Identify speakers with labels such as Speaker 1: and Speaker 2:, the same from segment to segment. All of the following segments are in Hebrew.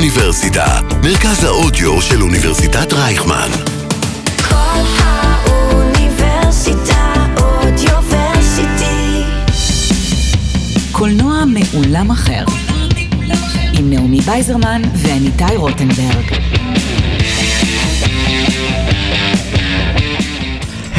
Speaker 1: האוניברסיטה, מרכז האודיו של אוניברסיטת רייכמן.
Speaker 2: כל האוניברסיטה אודיוורסיטי.
Speaker 3: קולנוע מעולם אחר, עם נעמי בייזרמן ואניטאי רוטנברג.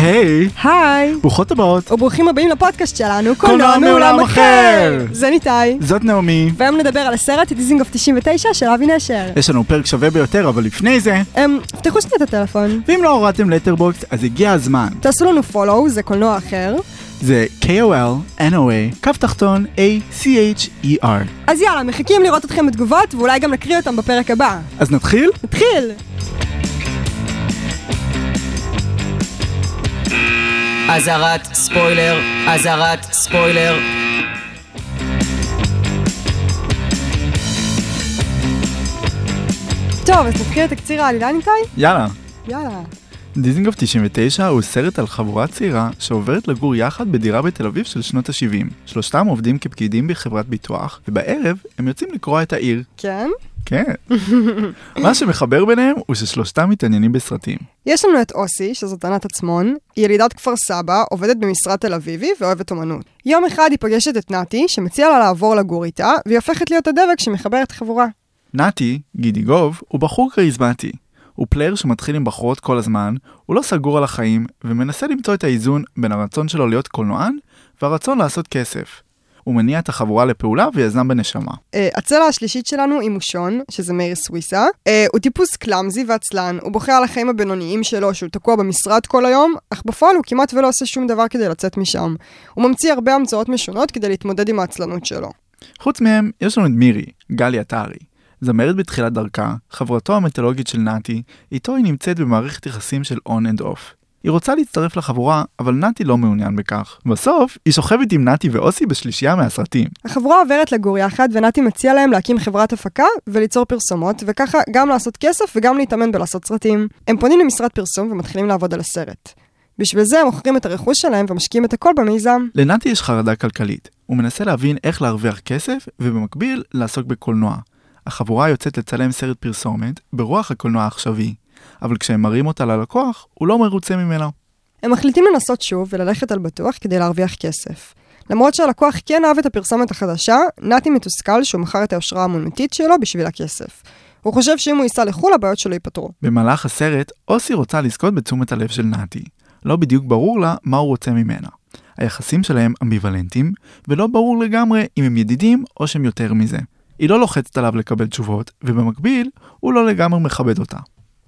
Speaker 4: היי,
Speaker 5: היי,
Speaker 4: ברוכות הבאות,
Speaker 5: וברוכים הבאים לפודקאסט שלנו,
Speaker 4: קולנוע
Speaker 5: קולנוע מעולם
Speaker 4: מעולם
Speaker 5: אחר.
Speaker 4: אחר.
Speaker 5: זה ניתאי,
Speaker 4: זאת נעמי.
Speaker 5: והיום נדבר על הסרט דיזינגוף 99 של אבי נשר.
Speaker 4: יש לנו פרק שווה ביותר, אבל לפני זה,
Speaker 5: אמ, פתחו שנייה את הטלפון,
Speaker 4: ואם לא הורדתם לטרבוקס, אז הגיע הזמן.
Speaker 5: תעשו לנו follow, זה קולנוע אחר.
Speaker 4: זה KOL, NOA, קו תחתון, A-C-H-E-R.
Speaker 5: אז יאללה, מחכים לראות אתכם בתגובות, ואולי גם נקריא אותם בפרק הבא.
Speaker 4: אז נתחיל?
Speaker 5: נתחיל!
Speaker 3: אזהרת ספוילר, אזהרת ספוילר.
Speaker 5: טוב, אז נתחיל את תקציר העלילה ניתאי?
Speaker 4: יאללה.
Speaker 5: יאללה.
Speaker 4: דיזינגוף 99 הוא סרט על חבורה צעירה שעוברת לגור יחד בדירה בתל אביב של שנות ה-70. שלושתם עובדים כפקידים בחברת ביטוח, ובערב הם יוצאים לקרוע את העיר.
Speaker 5: כן?
Speaker 4: כן. מה שמחבר ביניהם הוא ששלושתם מתעניינים בסרטים.
Speaker 5: יש לנו את אוסי, שזאת ענת עצמון, היא ילידת כפר סבא, עובדת במשרד תל אביבי ואוהבת אומנות. יום אחד היא פוגשת את נתי, שמציע לה לעבור לגור איתה, והיא הופכת להיות הדבק שמחבר את החבורה.
Speaker 4: נתי, גידיגוב, הוא בחור כריזמטי. הוא פלייר שמתחיל עם בחורות כל הזמן, הוא לא סגור על החיים, ומנסה למצוא את האיזון בין הרצון שלו להיות קולנוען, והרצון לעשות כסף. הוא מניע את החבורה לפעולה ויזם בנשמה.
Speaker 5: אה, הצלע השלישית שלנו היא מושון, שזה מאיר סוויסה. אה, הוא טיפוס קלאמזי ועצלן, הוא בוכה על החיים הבינוניים שלו שהוא תקוע במשרד כל היום, אך בפועל הוא כמעט ולא עושה שום דבר כדי לצאת משם. הוא ממציא הרבה המצאות משונות כדי להתמודד עם העצלנות שלו.
Speaker 4: חוץ מהם, יש לנו את מירי, גלי עטרי. זמרת בתחילת דרכה, חברתו המיתולוגית של נתי, איתו היא נמצאת במערכת יחסים של און אנד אוף. היא רוצה להצטרף לחבורה, אבל נתי לא מעוניין בכך. בסוף, היא שוכבת עם נתי ואוסי בשלישייה מהסרטים.
Speaker 5: החבורה עוברת לגור יחד, ונתי מציע להם להקים חברת הפקה וליצור פרסומות, וככה גם לעשות כסף וגם להתאמן בלעשות סרטים. הם פונים למשרד פרסום ומתחילים לעבוד על הסרט. בשביל זה הם מוכרים את הרכוש שלהם ומשקיעים את הכל במיזם.
Speaker 4: לנתי יש חרדה כלכלית, הוא מנסה להבין איך להרוויח כסף ובמקביל לעסוק בקולנוע. החבורה יוצאת לצלם סרט פרסומת ברוח הקולנוע העכשווי, אבל כשהם מראים אותה ללקוח, הוא לא מרוצה ממנה.
Speaker 5: הם מחליטים לנסות שוב וללכת על בטוח כדי להרוויח כסף. למרות שהלקוח כן אהב את הפרסומת החדשה, נתי מתוסכל שהוא מכר את היושרה האמנותית שלו בשביל הכסף. הוא חושב שאם הוא ייסע לחו"ל הבעיות שלו ייפתרו.
Speaker 4: במהלך הסרט, אוסי רוצה לזכות בתשומת הלב של נתי. לא בדיוק ברור לה מה הוא רוצה ממנה. היחסים שלהם אמביוולנטיים, ולא ברור לגמרי אם הם ידידים או שהם יותר מזה. היא לא לוחצת עליו לקבל תשובות, ובמקביל, הוא לא לגמרי מכבד אותה.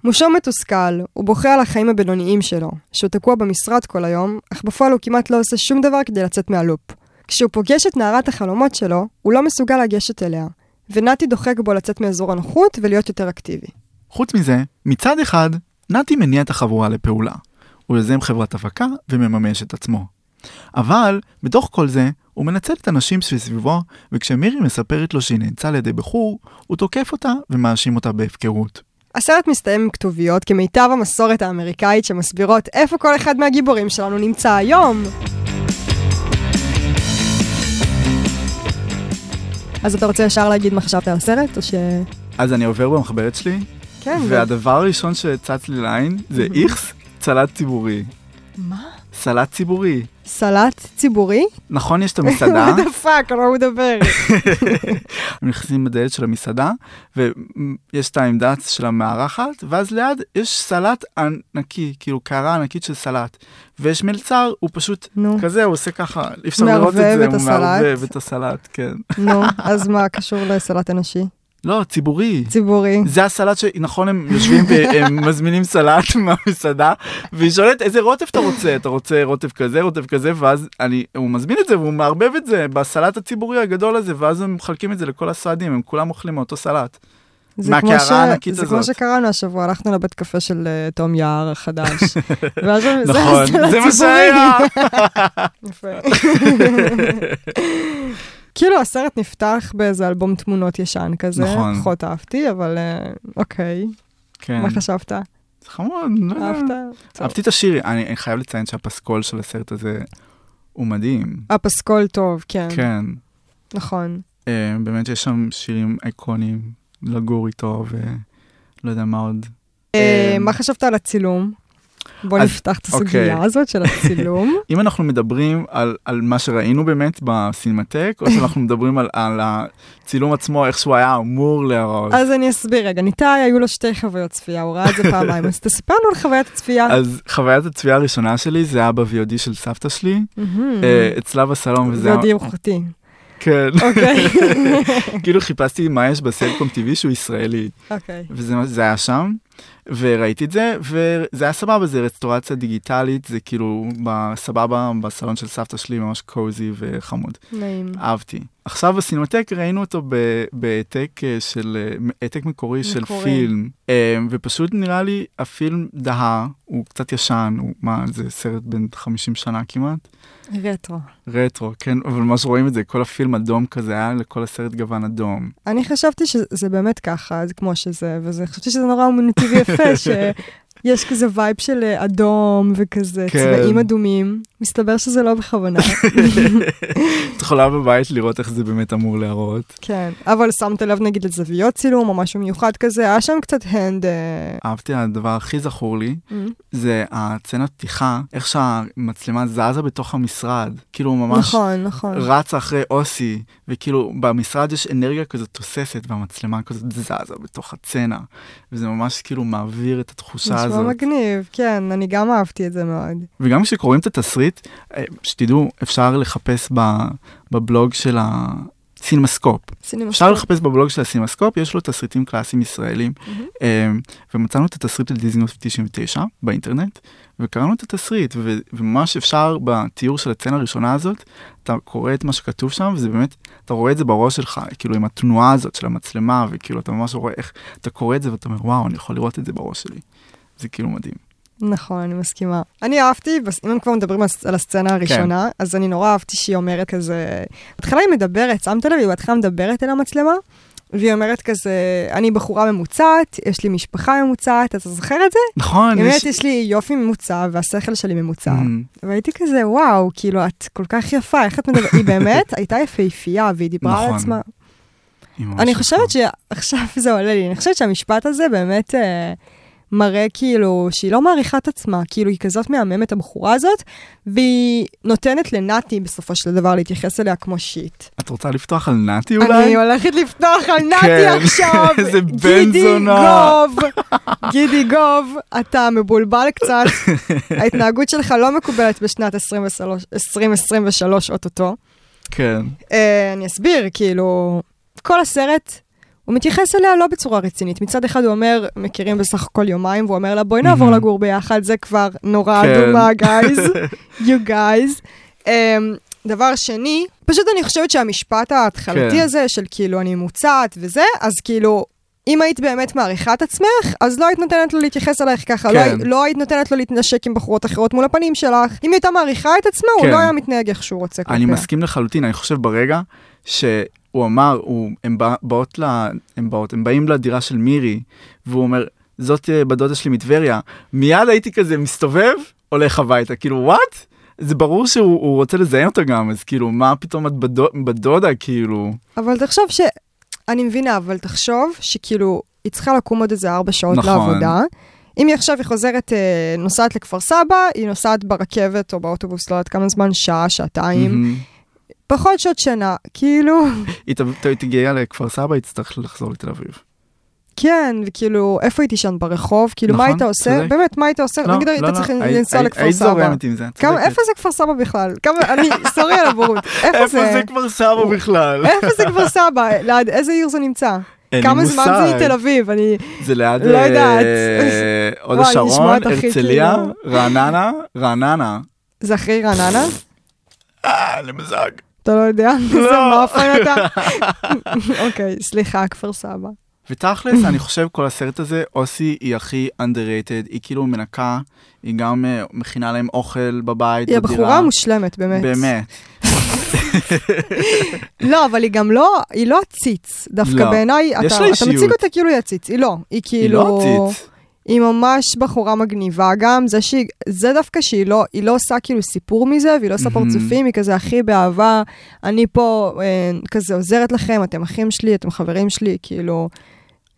Speaker 5: מושו מתוסכל, הוא בוכה על החיים הבינוניים שלו, שהוא תקוע במשרד כל היום, אך בפועל הוא כמעט לא עושה שום דבר כדי לצאת מהלופ. כשהוא פוגש את נערת החלומות שלו, הוא לא מסוגל לגשת אליה, ונתי דוחק בו לצאת מאזור הנוחות ולהיות יותר אקטיבי.
Speaker 4: חוץ מזה, מצד אחד, נתי מניע את החבורה לפעולה. הוא יוזם חברת הפקה ומממש את עצמו. אבל, בתוך כל זה, הוא מנצל את הנשים שסביבו, וכשמירי מספרת לו שהיא נאנסה על ידי בחור, הוא תוקף אותה ומאשים אותה בהפקרות.
Speaker 5: הסרט מסתיים עם כתוביות כמיטב המסורת האמריקאית שמסבירות איפה כל אחד מהגיבורים שלנו נמצא היום. אז אתה רוצה ישר להגיד מה חשבת על הסרט, או ש...
Speaker 4: אז אני עובר במחברת שלי,
Speaker 5: כן.
Speaker 4: והדבר הראשון שצץ לי לעין זה איכס צלט ציבורי.
Speaker 5: מה?
Speaker 4: סלט ציבורי.
Speaker 5: סלט ציבורי?
Speaker 4: נכון, יש את המסעדה,
Speaker 5: what the fuck, על מה הוא מדבר?
Speaker 4: הם נכנסים בדלת של המסעדה, ויש את העמדה של המארחת, ואז ליד יש סלט ענקי, כאילו קערה ענקית של סלט. ויש מלצר, הוא פשוט
Speaker 5: נו,
Speaker 4: כזה, הוא עושה ככה, אי אפשר לראות את
Speaker 5: מערבב
Speaker 4: זה,
Speaker 5: את
Speaker 4: הוא
Speaker 5: הסלט.
Speaker 4: מערבב את הסלט, כן.
Speaker 5: נו, אז מה קשור לסלט אנושי?
Speaker 4: לא, ציבורי.
Speaker 5: ציבורי.
Speaker 4: זה הסלט שנכון הם יושבים והם מזמינים סלט מהמסעדה והיא שואלת איזה רוטב אתה רוצה אתה רוצה רוטב כזה רוטב כזה ואז אני הוא מזמין את זה והוא מערבב את זה בסלט הציבורי הגדול הזה ואז הם מחלקים את זה לכל הסועדים הם כולם אוכלים מאותו סלט.
Speaker 5: זה
Speaker 4: מהקערה
Speaker 5: כמו ש-
Speaker 4: הענקית
Speaker 5: זה כמו
Speaker 4: הזאת.
Speaker 5: שקראנו השבוע, הלכנו לבית קפה של אה, תום יער החדש. ואז זה
Speaker 4: נכון
Speaker 5: הסלט
Speaker 4: זה מה
Speaker 5: ציבורי.
Speaker 4: שהיה.
Speaker 5: יפה. כאילו הסרט נפתח באיזה אלבום תמונות ישן כזה,
Speaker 4: נכון.
Speaker 5: פחות אהבתי, אבל אה, אוקיי,
Speaker 4: כן.
Speaker 5: מה חשבת?
Speaker 4: זה חמוד. לא יודע.
Speaker 5: אהבת? טוב.
Speaker 4: אהבתי את השיר אני אני חייב לציין שהפסקול של הסרט הזה הוא מדהים.
Speaker 5: הפסקול אה, טוב, כן,
Speaker 4: כן.
Speaker 5: נכון.
Speaker 4: אה, באמת יש שם שירים איקונים לגור איתו ולא יודע מה עוד.
Speaker 5: אה,
Speaker 4: אמ,
Speaker 5: מה חשבת על הצילום? בוא
Speaker 4: אז-
Speaker 5: נפתח את הסוגיה
Speaker 4: אוקיי.
Speaker 5: הזאת של הצילום.
Speaker 4: אם אנחנו מדברים על, על מה שראינו באמת בסינמטק, או שאנחנו מדברים על, על הצילום עצמו, איך שהוא היה אמור להיראות.
Speaker 5: אז אני אסביר רגע, ניתאי היו לו שתי חוויות צפייה, הוא ראה את זה פעמיים, אז תספר לנו על חוויית הצפייה.
Speaker 4: אז חוויית הצפייה הראשונה שלי זה היה ב-VOD של סבתא שלי,
Speaker 5: מהמם.
Speaker 4: אה, אצלה בסלון, וזה
Speaker 5: זה
Speaker 4: היה...
Speaker 5: עוד איכותי.
Speaker 4: כן.
Speaker 5: אוקיי.
Speaker 4: כאילו חיפשתי מה יש בסלקום TV שהוא ישראלי,
Speaker 5: אוקיי.
Speaker 4: וזה מה- זה היה שם, וראיתי את זה, וזה היה סבבה, זה רסטורציה דיגיטלית, זה כאילו סבבה בסלון של סבתא שלי, ממש קוזי וחמוד.
Speaker 5: נעים.
Speaker 4: אהבתי. עכשיו בסינמטק ראינו אותו ב- בהעתק אה, של, אה, העתק מקורי של
Speaker 5: מקורי.
Speaker 4: פילם, אה, ופשוט נראה לי הפילם דהה, הוא קצת ישן, הוא מה, זה סרט בן 50 שנה כמעט,
Speaker 5: רטרו.
Speaker 4: רטרו, כן, אבל ממש רואים את זה, כל הפילם אדום כזה, היה לכל הסרט גוון אדום.
Speaker 5: אני חשבתי שזה באמת ככה, זה כמו שזה, וזה, חשבתי שזה נורא אומנותי ויפה, שיש כזה וייב של אה, אדום וכזה
Speaker 4: כן.
Speaker 5: צבעים אדומים. מסתבר שזה לא בכוונה,
Speaker 4: את יכולה בבית לראות איך זה באמת אמור להראות.
Speaker 5: כן. אבל שמת לב נגיד לזוויות צילום או משהו מיוחד כזה, היה שם קצת הנד... אה,
Speaker 4: אהבתי, הדבר הכי זכור לי,
Speaker 5: מ,
Speaker 4: זה הצנת פתיחה, איך שהמצלמה זזה בתוך המשרד, כאילו ממש...
Speaker 5: נכון, נכון.
Speaker 4: רצה אחרי אוסי, וכאילו במשרד יש אנרגיה כזאת תוססת, והמצלמה כזאת זזה בתוך הצנע, וזה ממש כאילו מעביר את התחושה
Speaker 5: נשמע
Speaker 4: הזאת.
Speaker 5: מגניב, כן, אני גם אהבתי את זה מאוד.
Speaker 4: וגם כשקוראים את התסריט, אה, שתדעו, אפשר לחפש ב- בבלוג של הסינמסקופ.
Speaker 5: סינמה
Speaker 4: אפשר לחפש בבלוג של הסינמסקופ, יש לו תסריטים קלאסיים ישראלים,
Speaker 5: מהמם.
Speaker 4: אה, ומצאנו את התסריט לדיזינגוף 99 באינטרנט, וקראנו את התסריט, ו- וממש אפשר בתיאור של הצצנה הראשונה הזאת, אתה קורא את מה שכתוב שם, וזה באמת, אתה רואה את זה בראש שלך, כאילו עם התנועה הזאת של המצלמה, וכאילו אתה ממש רואה איך, אתה קורא את זה ואתה אומר, וואו, אני יכול לראות את זה בראש שלי. זה כאילו מדהים.
Speaker 5: נכון, אני מסכימה. אני אהבתי, בס- אם הם כבר מדברים על ס- על הסצנה הראשונה, אז אני נורא אהבתי שהיא אומרת כזה... בהתחלה היא מדברת, שמת לב, היא בהתחלה מדברת אל המצלמה, והיא אומרת כזה, אני בחורה ממוצעת, יש לי משפחה ממוצעת, אתה זוכר את זה?
Speaker 4: נכון,
Speaker 5: היא אומרת, יש לי יופי ממוצע והשכל שלי ממוצע.
Speaker 4: אמ,
Speaker 5: והייתי כזה, וואו, כאילו, את כל כך יפה, איך את מדברת? היא באמת הייתה יפהפייה, והיא דיברה על
Speaker 4: נכון.
Speaker 5: עצמה.
Speaker 4: היא ממש
Speaker 5: אני
Speaker 4: יפה.
Speaker 5: חושבת שעכשיו זה עולה לי, אני חושבת שהמשפט הזה באמת אה, מראה כאילו שהיא לא מעריכה את עצמה, כאילו היא כזאת מהממת הבחורה הזאת, והיא נותנת לנתי בסופו של דבר להתייחס אליה כמו שיט.
Speaker 4: את רוצה לפתוח על נתי אולי?
Speaker 5: אני הולכת לפתוח על נתי
Speaker 4: כן.
Speaker 5: עכשיו,
Speaker 4: איזה בן
Speaker 5: גידי
Speaker 4: זונה.
Speaker 5: גוב, גידי גוב, אתה מבולבל קצת, ההתנהגות שלך לא מקובלת בשנת 2023, 2023 אוטוטו.
Speaker 4: כן.
Speaker 5: אה, אני אסביר, כאילו, כל הסרט, הוא מתייחס אליה לא בצורה רצינית. מצד אחד הוא אומר, מכירים בסך הכל יומיים, והוא אומר לה, בואי נעבור
Speaker 4: מהמם.
Speaker 5: לגור ביחד, זה כבר נורא
Speaker 4: כן.
Speaker 5: אדומה, גייז, you guys. אה, דבר שני, פשוט אני חושבת שהמשפט ההתחלתי
Speaker 4: כן.
Speaker 5: הזה, של כאילו, אני מוצעת וזה, אז כאילו... אם היית באמת מעריכה את עצמך, אז לא היית נותנת לו להתייחס אלייך ככה, לא,
Speaker 4: כן.
Speaker 5: היית- לא היית נותנת לו להתנשק עם בחורות אחרות מול הפנים שלך. אם היא הייתה מעריכה את עצמה, הוא
Speaker 4: כן.
Speaker 5: לא היה מתנהג איך שהוא רוצה כלפיה.
Speaker 4: אני מסכים לחלוטין, אני חושב ברגע שהוא אמר, הוא, הם, בא, באות לה, הם, באות, הם באים לדירה של מירי, והוא אומר, זאת אה, בת דודה שלי מטבריה, מיד הייתי כזה מסתובב, הולך הביתה, כאילו וואט? זה ברור שהוא הוא רוצה לזיין אותה גם, אז כאילו, מה פתאום את בת דוד- בת דודה, כאילו,
Speaker 5: אבל תחשוב ש... אני מבינה, אבל תחשוב שכאילו, היא צריכה לקום עוד איזה ארבע שעות
Speaker 4: נכון.
Speaker 5: לעבודה. אם היא עכשיו, היא חוזרת, אה, נוסעת לכפר סבא, היא נוסעת ברכבת או באוטובוס, לא יודעת כמה זמן, שעה, שעתיים,
Speaker 4: מהמם.
Speaker 5: פחות שעות שינה, כאילו,
Speaker 4: היא ת- ת- תגיע לכפר סבא, היא תצטרך לחזור לתל אביב.
Speaker 5: כן, וכאילו, איפה היא תישן ברחוב? כאילו, מה
Speaker 4: נכון,
Speaker 5: היית עושה?
Speaker 4: צודק. לא,
Speaker 5: באמת, מה היית עושה? נגיד, היית צריך
Speaker 4: היית-
Speaker 5: לא, לנסוע
Speaker 4: היית-
Speaker 5: לכפר
Speaker 4: היית
Speaker 5: סבא.
Speaker 4: זורמת עם זה, את
Speaker 5: כמה,
Speaker 4: צודקת.
Speaker 5: איפה זה כפר סבא בכלל? כמה, אני, סורי על הבורות. איפה
Speaker 4: איפה
Speaker 5: זה?
Speaker 4: זה כפר סבא בכלל?
Speaker 5: איפה זה כפר סבא? ליד איזה עיר זה נמצא?
Speaker 4: אין לי
Speaker 5: כמה זמן זה
Speaker 4: מושג.
Speaker 5: מתל אביב? אני...
Speaker 4: זה ליד
Speaker 5: לא
Speaker 4: אה,
Speaker 5: יודעת.
Speaker 4: אה, הוד
Speaker 5: וואי,
Speaker 4: השרון,
Speaker 5: נשמעת הכי
Speaker 4: הרצליה,
Speaker 5: כאילו-
Speaker 4: רעננה, רעננה.
Speaker 5: זה אחרי רעננה?
Speaker 4: אה, למזג.
Speaker 5: אתה לא יודע? איזה
Speaker 4: לא.
Speaker 5: מאפן אתה? אוקיי, סליחה, כפר סבא.
Speaker 4: ותכלס, אני חושב כל הסרט הזה, אוסי היא הכי underrated, היא כאילו מנקה, היא גם אה, מכינה להם אוכל בבית,
Speaker 5: היא
Speaker 4: בדירה.
Speaker 5: הבחורה המושלמת, באמת.
Speaker 4: באמת.
Speaker 5: לא, אבל היא גם לא, היא לא עציץ. דווקא
Speaker 4: לא.
Speaker 5: בעיניי, אתה
Speaker 4: יש לה
Speaker 5: אתה מציג
Speaker 4: אישיות.
Speaker 5: אותה כאילו היא עציץ. היא לא, היא
Speaker 4: היא
Speaker 5: כאילו...
Speaker 4: לא עציץ.
Speaker 5: היא ממש בחורה מגניבה גם, זה שהיא, זה דווקא שהיא לא, היא לא עושה כאילו סיפור מזה, והיא לא עושה
Speaker 4: מהמם.
Speaker 5: פרצופים, היא כזה הכי באהבה, אני פה אה, כזה עוזרת לכם, אתם אחים שלי, אתם חברים שלי, כאילו,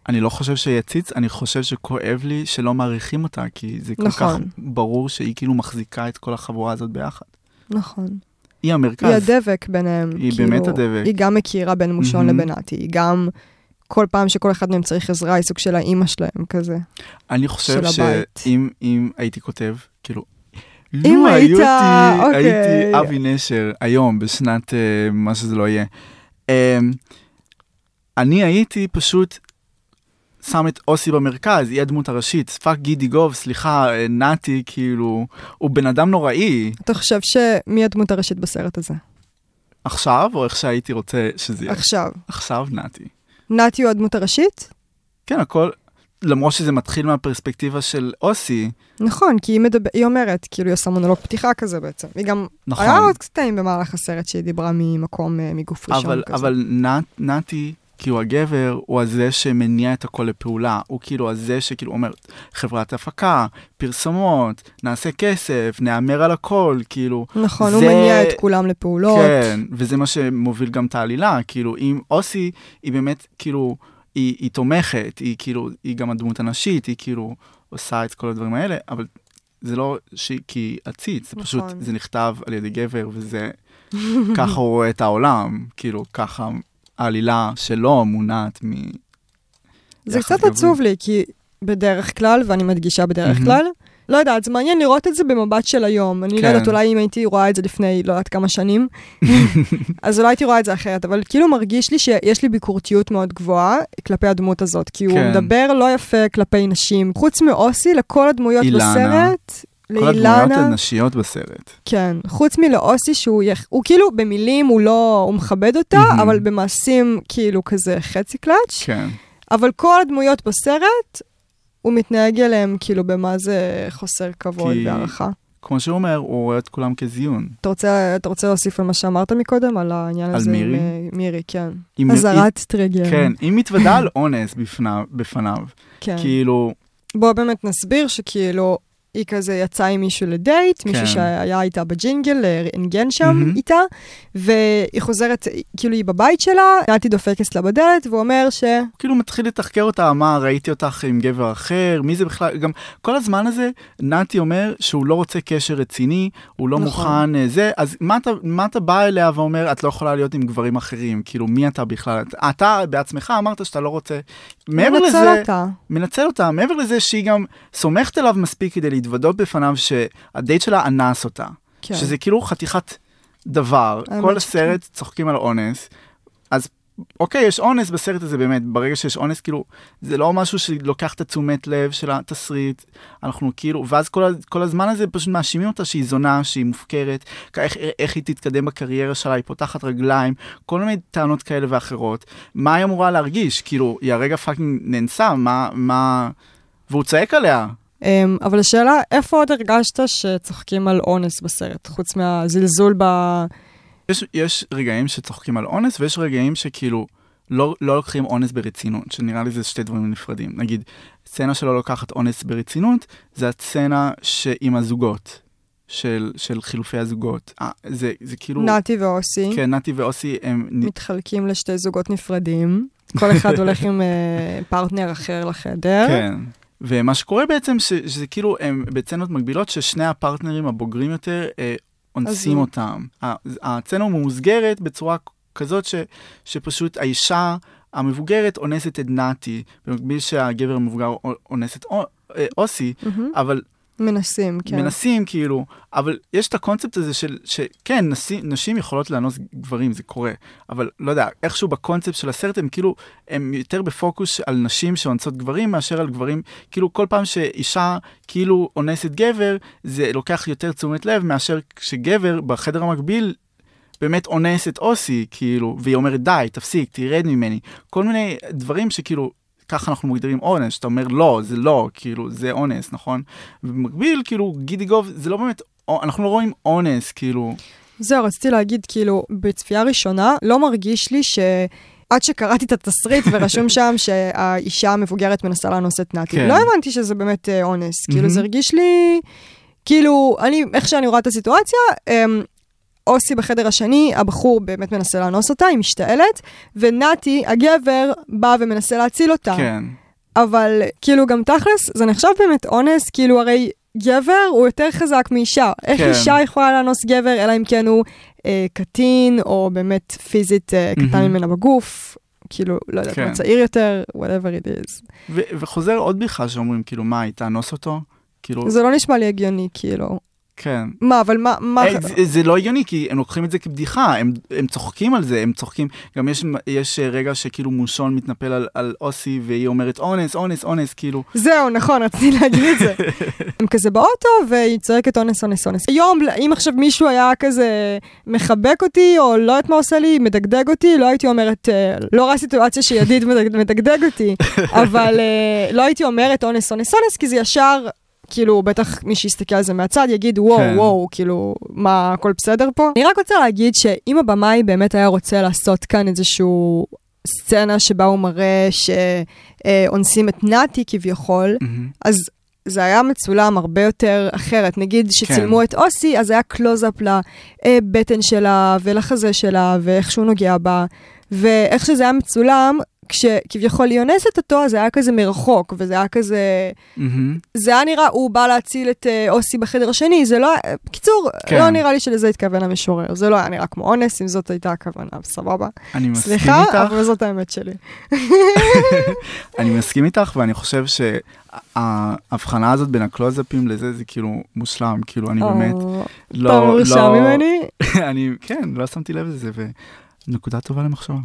Speaker 4: אני לא חושב שהיא עציץ, אני חושב שכואב לי שלא מעריכים אותה, כי זה כל
Speaker 5: נכון.
Speaker 4: כך ברור שהיא כאילו מחזיקה את כל החבורה הזאת ביחד.
Speaker 5: נכון.
Speaker 4: היא המרכז.
Speaker 5: היא הדבק ביניהם. כאילו,
Speaker 4: היא באמת הדבק.
Speaker 5: היא גם מכירה בין מושון
Speaker 4: מהמם.
Speaker 5: לבין נתי, היא גם, כל פעם שכל אחד מהם צריך עזרה, היא סוג של האימא שלהם כזה.
Speaker 4: אני חושב
Speaker 5: של הבית.
Speaker 4: שאם אם הייתי כותב, כאילו,
Speaker 5: אם
Speaker 4: לו
Speaker 5: היית,
Speaker 4: הייתי,
Speaker 5: אוקיי.
Speaker 4: הייתי אבי נשר היום, בשנת אה, מה שזה לא יהיה, אה, אני הייתי פשוט שם את אוסי במרכז, היא הדמות הראשית, פאק גידי גוב, סליחה, אה, נתי, כאילו, הוא בן אדם נוראי
Speaker 5: אתה חושב שמי הדמות הראשית בסרט הזה?
Speaker 4: עכשיו, או איך שהייתי רוצה שזה יהיה.
Speaker 5: עכשיו,
Speaker 4: עכשיו נתי.
Speaker 5: נתי הוא הדמות הראשית?
Speaker 4: כן, הכל, למרות שזה מתחיל מהפרספקטיבה של אוסי,
Speaker 5: נכון, כי היא, מדבר, היא אומרת, כאילו היא עושה מונולוג פתיחה כזה בעצם. היא גם,
Speaker 4: נכון.
Speaker 5: היה עוד קטעים במהלך הסרט שהיא דיברה ממקום, אה, מגוף ראשון
Speaker 4: אבל,
Speaker 5: כזה.
Speaker 4: אבל נת, נתי, כאילו הגבר, הוא הזה שמניע את הכל לפעולה. הוא כאילו הזה שכאילו אומר, חברת הפקה, פרסומות, נעשה כסף, נהמר על הכל, כאילו.
Speaker 5: נכון,
Speaker 4: זה-
Speaker 5: הוא מניע את כולם לפעולות.
Speaker 4: כן, וזה מה שמוביל גם את העלילה, כאילו, אם אוסי, היא באמת, כאילו, היא, היא תומכת, היא כאילו, היא גם הדמות הנשית, היא כאילו עושה את כל הדברים האלה, אבל זה לא שהיא כי היא עציץ, זה פשוט,
Speaker 5: נכון.
Speaker 4: זה נכתב על ידי גבר, וזה, ככה הוא רואה את העולם, כאילו, ככה העלילה שלו מונעת מ...
Speaker 5: זה
Speaker 4: יחס
Speaker 5: קצת
Speaker 4: גברי.
Speaker 5: עצוב לי, כי בדרך כלל, ואני מדגישה בדרך
Speaker 4: מהמם.
Speaker 5: כלל, לא יודעת, זה מעניין לראות את זה במבט של היום. אני
Speaker 4: כן.
Speaker 5: לא יודעת, אולי אם הייתי רואה את זה לפני לא יודעת כמה שנים, אז אולי הייתי רואה את זה אחרת, אבל כאילו מרגיש לי שיש לי ביקורתיות מאוד גבוהה כלפי הדמות הזאת, כי הוא
Speaker 4: כן.
Speaker 5: מדבר לא יפה כלפי נשים. חוץ מאוסי, לכל הדמויות
Speaker 4: אילנה.
Speaker 5: בסרט,
Speaker 4: כל הדמויות הנשיות בסרט.
Speaker 5: כן, חוץ מלאוסי שהוא יח... הוא כאילו במילים הוא לא, הוא מכבד אותה,
Speaker 4: מהמם.
Speaker 5: אבל במעשים כאילו כזה חצי קלאץ'.
Speaker 4: כן.
Speaker 5: אבל כל הדמויות בסרט, הוא מתנהג אליהם כאילו במה זה חוסר כבוד
Speaker 4: כי-
Speaker 5: והערכה.
Speaker 4: כמו שהוא אומר, הוא רואה את כולם כזיון.
Speaker 5: אתה רוצה, אתה רוצה להוסיף על מה שאמרת מקודם, על העניין
Speaker 4: על
Speaker 5: הזה עם,
Speaker 4: מירי?
Speaker 5: אה, מירי, כן.
Speaker 4: אם-
Speaker 5: אזהרת טריגר.
Speaker 4: כן, היא מתוודה על אונס בפניו, בפניו.
Speaker 5: כן.
Speaker 4: כאילו,
Speaker 5: בוא באמת נסביר שכאילו, היא כזה יצאה עם מישהו לדייט, מישהו
Speaker 4: כן.
Speaker 5: שהיה איתה בג'ינגל, אה, רנגן שם
Speaker 4: מהמם.
Speaker 5: איתה, והיא חוזרת, אה, כאילו היא בבית שלה, נתי דופק אצלה בדלת, והוא אומר ש...
Speaker 4: הוא כאילו מתחיל לתחקר אותה, מה, ראיתי אותך עם גבר אחר, מי זה בכלל, גם כל הזמן הזה, נתי אומר שהוא לא רוצה קשר רציני, הוא לא
Speaker 5: נכון.
Speaker 4: מוכן אה, זה, אז מה אתה, מה אתה בא אליה ואומר, את לא יכולה להיות עם גברים אחרים, כאילו, מי אתה בכלל? אתה- אתה בעצמך אמרת שאתה לא רוצה. מעבר
Speaker 5: "נצל
Speaker 4: לזה,
Speaker 5: אותה.
Speaker 4: מנצל אותה, מעבר לזה שהיא גם סומכת עליו מספיק כדי להתוודות בפניו שהדייט שלה אנס אותה.
Speaker 5: כן.
Speaker 4: שזה כאילו חתיכת דבר,
Speaker 5: האמת
Speaker 4: כל
Speaker 5: שכן.
Speaker 4: הסרט צוחקים על אונס, אז אוקיי, יש אונס בסרט הזה באמת, ברגע שיש אונס, כאילו, זה לא משהו שלוקח את התשומת לב של התסריט, אנחנו כאילו, ואז כל, ה- כל הזמן הזה פשוט מאשימים אותה שהיא זונה, שהיא מופקרת, כ- איך, איך היא תתקדם בקריירה שלה, היא פותחת רגליים, כל מיני טענות כאלה ואחרות. מה היא אמורה להרגיש? כאילו, היא הרגע פאקינג נאנסה, מה, מה... והוא צועק עליה.
Speaker 5: אמ, אבל השאלה, איפה עוד הרגשת שצוחקים על אונס בסרט, חוץ מהזלזול ב...
Speaker 4: יש, יש רגעים שצוחקים על אונס ויש רגעים שכאילו לא, לא לוקחים אונס ברצינות, שנראה לי זה שתי דברים נפרדים. נגיד, סצנה שלא לוקחת אונס ברצינות, זה הסצנה ש- עם הזוגות, של, של חילופי הזוגות. 아, זה, זה כאילו...
Speaker 5: נתי ואוסי
Speaker 4: כן, נתי ואוסי הם... נ-
Speaker 5: מתחלקים לשתי זוגות נפרדים, כל אחד הולך עם אה, פרטנר אחר לחדר.
Speaker 4: כן. ומה שקורה בעצם, ש, שזה כאילו הם בצנות מקבילות, ששני הפרטנרים הבוגרים יותר אה, אונסים
Speaker 5: אז-
Speaker 4: אותם. ה- הצנה מאוסגרת בצורה כזאת ש, שפשוט האישה המבוגרת אונסת את נתי, במקביל שהגבר המבוגר אונס את או- אה, אוסי,
Speaker 5: מהמם.
Speaker 4: אבל
Speaker 5: מנסים, כן.
Speaker 4: כן. מנסים כאילו, אבל יש את הקונספט הזה של, שכן, נשים, נשים יכולות לאנוס גברים, זה קורה, אבל לא יודע, איכשהו בקונספט של הסרט הם כאילו, הם יותר בפוקוס על נשים שאונסות גברים מאשר על גברים, כאילו כל פעם שאישה כאילו אונסת גבר, זה לוקח יותר תשומת לב מאשר כשגבר בחדר המקביל באמת אונס את אוסי, כאילו, והיא אומרת, די, תפסיק, תרד ממני. כל מיני דברים שכאילו, ככה אנחנו מגדירים אונס, שאתה אומר, לא, זה לא, כאילו, זה אונס, נכון? ובמקביל, כאילו, גידי גוב, זה לא באמת, אנחנו לא רואים אונס, כאילו,
Speaker 5: זהו, רציתי להגיד, כאילו, בצפייה ראשונה, לא מרגיש לי ש... עד שקראתי את התסריט ורשום שם שהאישה המבוגרת מנסה לאנוס את נתי.
Speaker 4: כן.
Speaker 5: לא הבנתי שזה באמת אה, אונס. כאילו,
Speaker 4: מהמם.
Speaker 5: זה הרגיש לי... כאילו, אני, איך שאני רואה את הסיטואציה, אמ, אוסי בחדר השני, הבחור באמת מנסה לאנוס אותה, היא משתעלת, ונתי, הגבר, בא ומנסה להציל אותה.
Speaker 4: כן.
Speaker 5: אבל כאילו גם תכלס, זה נחשב באמת אונס, כאילו הרי גבר הוא יותר חזק מאישה. איך
Speaker 4: כן.
Speaker 5: אישה יכולה לאנוס גבר, אלא אם כן הוא אה, קטין, או באמת פיזית אה, קטן
Speaker 4: מהמם.
Speaker 5: ממנה בגוף, כאילו, לא יודעת,
Speaker 4: כן.
Speaker 5: מה צעיר יותר, whatever it is.
Speaker 4: ו- וחוזר עוד בדיחה שאומרים, כאילו, מה, היא תאנוס אותו? כאילו,
Speaker 5: זה לא נשמע לי הגיוני, כאילו.
Speaker 4: כן.
Speaker 5: מה, אבל מה, מה...
Speaker 4: אה, זה- זה לא הגיוני, כי הם לוקחים את זה כבדיחה, הם, הם צוחקים על זה, הם צוחקים. גם יש, יש אה, רגע שכאילו מושון מתנפל על, על אוסי, והיא אומרת, אונס, אונס, אונס, כאילו,
Speaker 5: זהו, נכון, רציתי להגיד את זה. הם כזה באוטו, והיא צועקת אונס, אונס, אונס. היום, אם עכשיו מישהו היה כזה מחבק אותי, או לא יודעת מה עושה לי, מדגדג אותי, לא הייתי אומרת, אה, לא רואה סיטואציה שידיד מדג- מדגדג אותי, אבל אה, לא הייתי אומרת אונס, אונס, אונס, כי זה ישר, כאילו, בטח מי שיסתכל על זה מהצד יגיד, וואו,
Speaker 4: כן.
Speaker 5: וואו, כאילו, מה, הכל בסדר פה? אני רק רוצה להגיד שאם הבמאי באמת היה רוצה לעשות כאן איזשהו... סצנה שבה הוא מראה שאונסים אה, את נתי כביכול,
Speaker 4: Mm-hmm.
Speaker 5: אז זה היה מצולם הרבה יותר אחרת. נגיד שצילמו כן. את אוסי, אז היה קלוזאפ לבטן שלה ולחזה שלה ואיך שהוא נוגע בה, ואיך שזה היה מצולם, כשכביכול היא אונסת אותו, אז זה היה כזה מרחוק, וזה היה כזה...
Speaker 4: מהמם.
Speaker 5: זה היה נראה, הוא בא להציל את אה, אוסי בחדר השני, זה לא... היה- בקיצור,
Speaker 4: כן.
Speaker 5: כן. לא נראה לי שלזה התכוון המשורר. זה לא היה נראה כמו אונס, אם זאת הייתה הכוונה, סבבה.
Speaker 4: אני מסכים
Speaker 5: סליחה,
Speaker 4: איתך.
Speaker 5: אבל זאת האמת שלי.
Speaker 4: אני מסכים איתך, ואני חושב שההבחנה הזאת בין הקלוזאפים לזה, זה כאילו מושלם, כאילו, אני באמת
Speaker 5: או,
Speaker 4: לא...
Speaker 5: אה, אתה מרושע
Speaker 4: לא-
Speaker 5: ממני?
Speaker 4: אני, כן, לא שמתי לב לזה, ונקודה טובה למחשבה.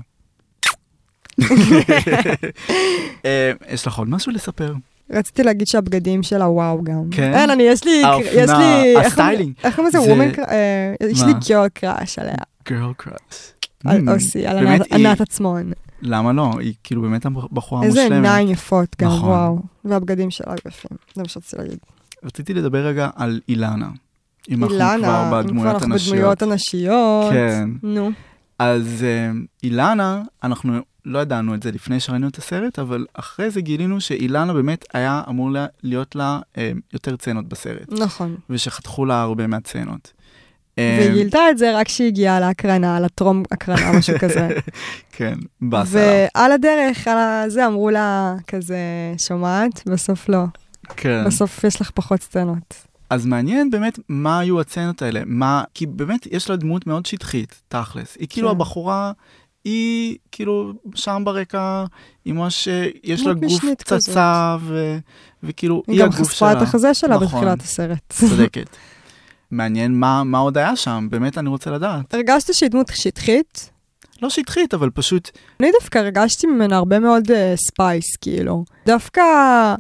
Speaker 4: אה, יש לך עוד משהו לספר?
Speaker 5: רציתי להגיד שהבגדים שלה וואו גם.
Speaker 4: כן?
Speaker 5: אין, אני, יש לי...
Speaker 4: האופנה,
Speaker 5: יש לי... איך-
Speaker 4: הסטיילינג.
Speaker 5: איך קוראים לזה?
Speaker 4: זה-
Speaker 5: וומן קראש? אה, יש
Speaker 4: מה?
Speaker 5: לי גיול קראש עליה,
Speaker 4: גרל קראס.
Speaker 5: על אה, אוסי, על
Speaker 4: Hmm, באמת
Speaker 5: ענת-
Speaker 4: היא-
Speaker 5: ענת עצמון.
Speaker 4: למה לא? היא כאילו באמת הבחורה
Speaker 5: איזה
Speaker 4: המושלמת.
Speaker 5: עיניים יפות גם,
Speaker 4: נכון.
Speaker 5: וואו. והבגדים שלה יפים, זה מה שרציתי להגיד.
Speaker 4: רציתי לדבר רגע על אילנה. אם אנחנו
Speaker 5: אילנה,
Speaker 4: נכון, כבר
Speaker 5: אם כבר
Speaker 4: בדמויות
Speaker 5: אנחנו
Speaker 4: הנשיות.
Speaker 5: בדמויות הנשיות.
Speaker 4: כן.
Speaker 5: נו.
Speaker 4: אז אה, אילנה, אנחנו לא ידענו את זה לפני שראינו את הסרט, אבל אחרי זה גילינו שאילנה באמת היה אמור לה, להיות לה אה, יותר ציינות בסרט,
Speaker 5: נכון.
Speaker 4: ושחתכו לה הרבה מהציינות. אה,
Speaker 5: והיא גילתה את זה רק כשהיא הגיעה להקרנה, לטרום הקרנה, משהו כזה.
Speaker 4: כן, באסלה.
Speaker 5: ועל הדרך, על ה- זה אמרו לה כזה, שומעת? בסוף לא.
Speaker 4: כן.
Speaker 5: בסוף יש לך פחות סצנות.
Speaker 4: אז מעניין באמת מה היו הציינות האלה, מה, כי באמת יש לה דמות מאוד שטחית, תכלס. היא כאילו
Speaker 5: כן.
Speaker 4: הבחורה, היא כאילו שם ברקע, היא ממש, אה, יש לה
Speaker 5: דמות
Speaker 4: גוף
Speaker 5: משנית
Speaker 4: פצצה, ו- וכאילו,
Speaker 5: היא
Speaker 4: היא
Speaker 5: גם
Speaker 4: הגוף
Speaker 5: חשפה
Speaker 4: שלה.
Speaker 5: את החזה שלה
Speaker 4: נכון.
Speaker 5: בתחילת הסרט.
Speaker 4: צודקת. מעניין מה, מה עוד היה שם, באמת אני רוצה לדעת.
Speaker 5: הרגשתי שהיא דמות שטחית.
Speaker 4: לא שטחית, אבל פשוט,
Speaker 5: אני דווקא הרגשתי ממנה הרבה מאוד אה, ספייס, כאילו. דווקא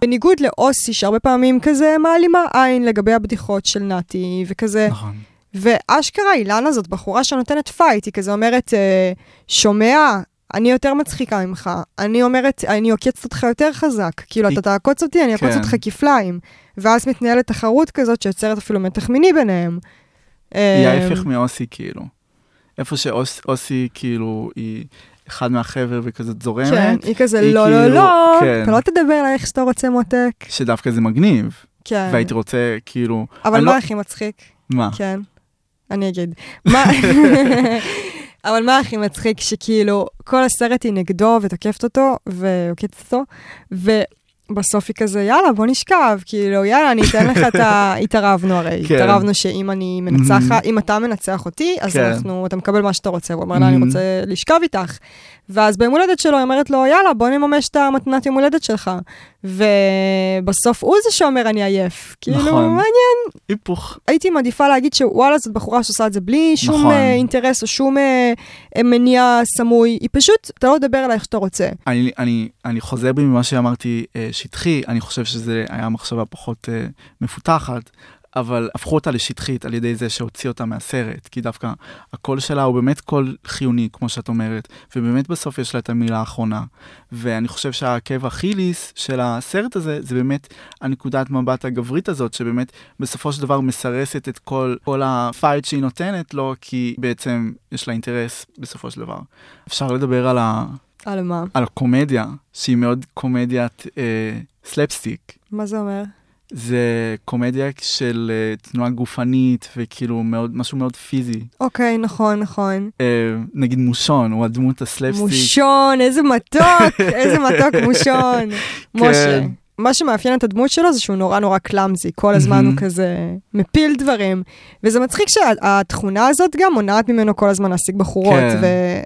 Speaker 5: בניגוד לאוסי, שהרבה פעמים כזה מעלימה עין לגבי הבדיחות של נתי, וכזה.
Speaker 4: נכון.
Speaker 5: ואשכרה אילנה זאת בחורה שנותנת פייט, היא כזה אומרת, אה, שומע, אני יותר מצחיקה ממך. אני אומרת, אני עוקצת אותך יותר חזק. כאילו,
Speaker 4: היא-
Speaker 5: אתה תעקוץ אותי, אני אעקוץ
Speaker 4: כן.
Speaker 5: אותך כפליים. ואז מתנהלת תחרות כזאת שיוצרת אפילו מתח מיני ביניהם.
Speaker 4: היא
Speaker 5: אה,
Speaker 4: ההפך מאוסי, כאילו. איפה שאוסי, כאילו, היא אחד מהחבר'ה וכזאת זורמת,
Speaker 5: כן, היא כזה,
Speaker 4: היא
Speaker 5: לא, לא,
Speaker 4: כאילו-
Speaker 5: לא,
Speaker 4: כן.
Speaker 5: אתה לא תדבר עליי איך שאתה רוצה מותק.
Speaker 4: שדווקא זה מגניב,
Speaker 5: כן.
Speaker 4: והייתי רוצה, כאילו,
Speaker 5: אבל
Speaker 4: אני
Speaker 5: מה
Speaker 4: לא-
Speaker 5: הכי מצחיק?
Speaker 4: מה?
Speaker 5: כן, אני אגיד. מה... אבל מה הכי מצחיק, שכאילו, כל הסרט היא נגדו ותוקפת אותו, ועוקצת אותו, ובסוף היא כזה, יאללה, בוא נשכב, כאילו, יאללה, אני אתן לך את ה... התערבנו הרי,
Speaker 4: כן.
Speaker 5: התערבנו שאם אני
Speaker 4: מהמם.
Speaker 5: מנצחת, אם אתה מנצח אותי, אז
Speaker 4: כן. Mm-hmm.
Speaker 5: אנחנו, אתה מקבל מה שאתה רוצה, הוא אומר לה, אני
Speaker 4: מהמם.
Speaker 5: רוצה לשכב איתך. ואז ביום הולדת שלו היא אומרת לו, יאללה, בוא נממש את המתנת יום הולדת שלך. ובסוף הוא זה שאומר, אני עייף. כאילו,
Speaker 4: נכון.
Speaker 5: מה
Speaker 4: היפוך.
Speaker 5: הייתי מעדיפה להגיד שוואלה, זאת בחורה שעושה את זה בלי שום
Speaker 4: נכון.
Speaker 5: נכון. אינטרס או שום אה, אה, מניע סמוי. היא פשוט, אתה לא מדבר אליי איך שאתה רוצה.
Speaker 4: אני, אני, אני חוזר בי ממה שאמרתי אה, שטחי, אני חושב שזה היה מחשבה פחות אה, מפותחת, אבל הפכו אותה לשטחית על ידי זה שהוציאו אותה מהסרט, כי דווקא הקול שלה הוא באמת קול חיוני, כמו שאת אומרת, ובאמת בסוף יש לה את המילה האחרונה. ואני חושב שהעקב אכיליס של הסרט הזה, זה באמת הנקודת מבט הגברית הזאת, שבאמת בסופו של דבר מסרסת את כל, כל הפייט שהיא נותנת לו, כי בעצם יש לה אינטרס בסופו של דבר. אפשר לדבר על ה...
Speaker 5: על מה?
Speaker 4: על הקומדיה, שהיא מאוד קומדיית אה, סלפסטיק.
Speaker 5: מה זה אומר?
Speaker 4: זה קומדיה של אה, תנועה גופנית וכאילו מאוד, משהו מאוד פיזי.
Speaker 5: אוקיי, נכון, נכון.
Speaker 4: אה, נגיד מושון, הוא הדמות הסלפסטיק.
Speaker 5: מושון, איזה מתוק, איזה מתוק מושון. משה.
Speaker 4: כן.
Speaker 5: מה שמאפיין את הדמות שלו זה שהוא נורא נורא קלאמזי, כל הזמן
Speaker 4: מהמם.
Speaker 5: הוא כזה מפיל דברים. וזה מצחיק שהתכונה הזאת גם מונעת ממנו כל הזמן להשיג בחורות,
Speaker 4: כן.
Speaker 5: וזה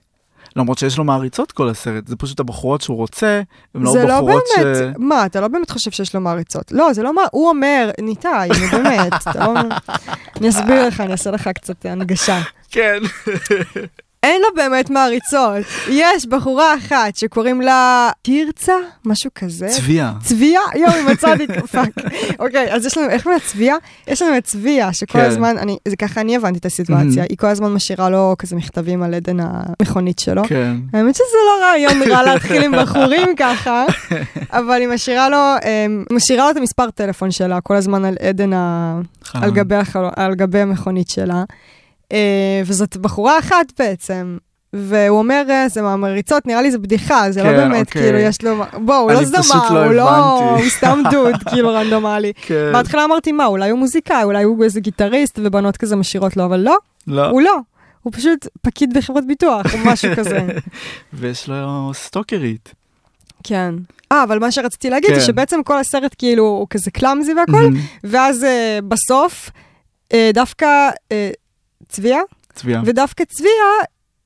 Speaker 4: למרות שיש לו מעריצות כל הסרט, זה פשוט הבחורות שהוא רוצה, הן לא
Speaker 5: לא
Speaker 4: הבחורות ש...
Speaker 5: באמת, מה, אתה לא באמת חושב שיש לו מעריצות. לא, זה לא מה, הוא אומר, ניתאי, נו, באמת, אתה לא... אני אסביר לך, אני אעשה לך קצת הנגשה.
Speaker 4: כן.
Speaker 5: אין לו באמת מעריצות. יש בחורה אחת שקוראים לה תרצה, משהו כזה.
Speaker 4: צביה.
Speaker 5: צביה? יואו, מצאתי, פאק. אוקיי, אז יש לנו, איך באמת צביה? יש לנו את צביה, שכל
Speaker 4: כן.
Speaker 5: הזמן, אני, זה ככה אני הבנתי את הסיטואציה,
Speaker 4: Mhm.
Speaker 5: היא כל הזמן משאירה לו כזה מכתבים על עדן המכונית שלו.
Speaker 4: כן.
Speaker 5: האמת שזה לא רעיון רע להתחיל עם בחורים ככה, אבל היא משאירה לו, אה, משאירה לו את המספר טלפון שלה כל הזמן על עדן ה...
Speaker 4: חלום.
Speaker 5: על גבי, החל... על גבי המכונית שלה. אה, וזאת בחורה אחת בעצם. והוא אומר, אה, זה מהמריצות, נראה לי זה בדיחה, זה לא
Speaker 4: כן,
Speaker 5: באמת,
Speaker 4: אוקיי.
Speaker 5: כאילו, יש לו... בוא, הוא לא
Speaker 4: אני
Speaker 5: זמר,
Speaker 4: פשוט לא
Speaker 5: הוא לא...
Speaker 4: הבנתי.
Speaker 5: הוא סתם דוד, כאילו, רנדומלי.
Speaker 4: כן.
Speaker 5: בהתחלה אמרתי, מה, אולי הוא מוזיקאי, אולי הוא איזה גיטריסט, ובנות כזה משאירות לו, אבל לא,
Speaker 4: לא.
Speaker 5: הוא לא. הוא פשוט פקיד בחברת ביטוח, או משהו כזה.
Speaker 4: ויש לו סטוקרית.
Speaker 5: כן. אה, אבל מה שרציתי להגיד זה
Speaker 4: כן.
Speaker 5: שבעצם כל הסרט, כאילו, הוא כזה קלאמזי והכל, ואז אה, בסוף, אה, דווקא אה, צביה,
Speaker 4: צביה.
Speaker 5: ודווקא צביה,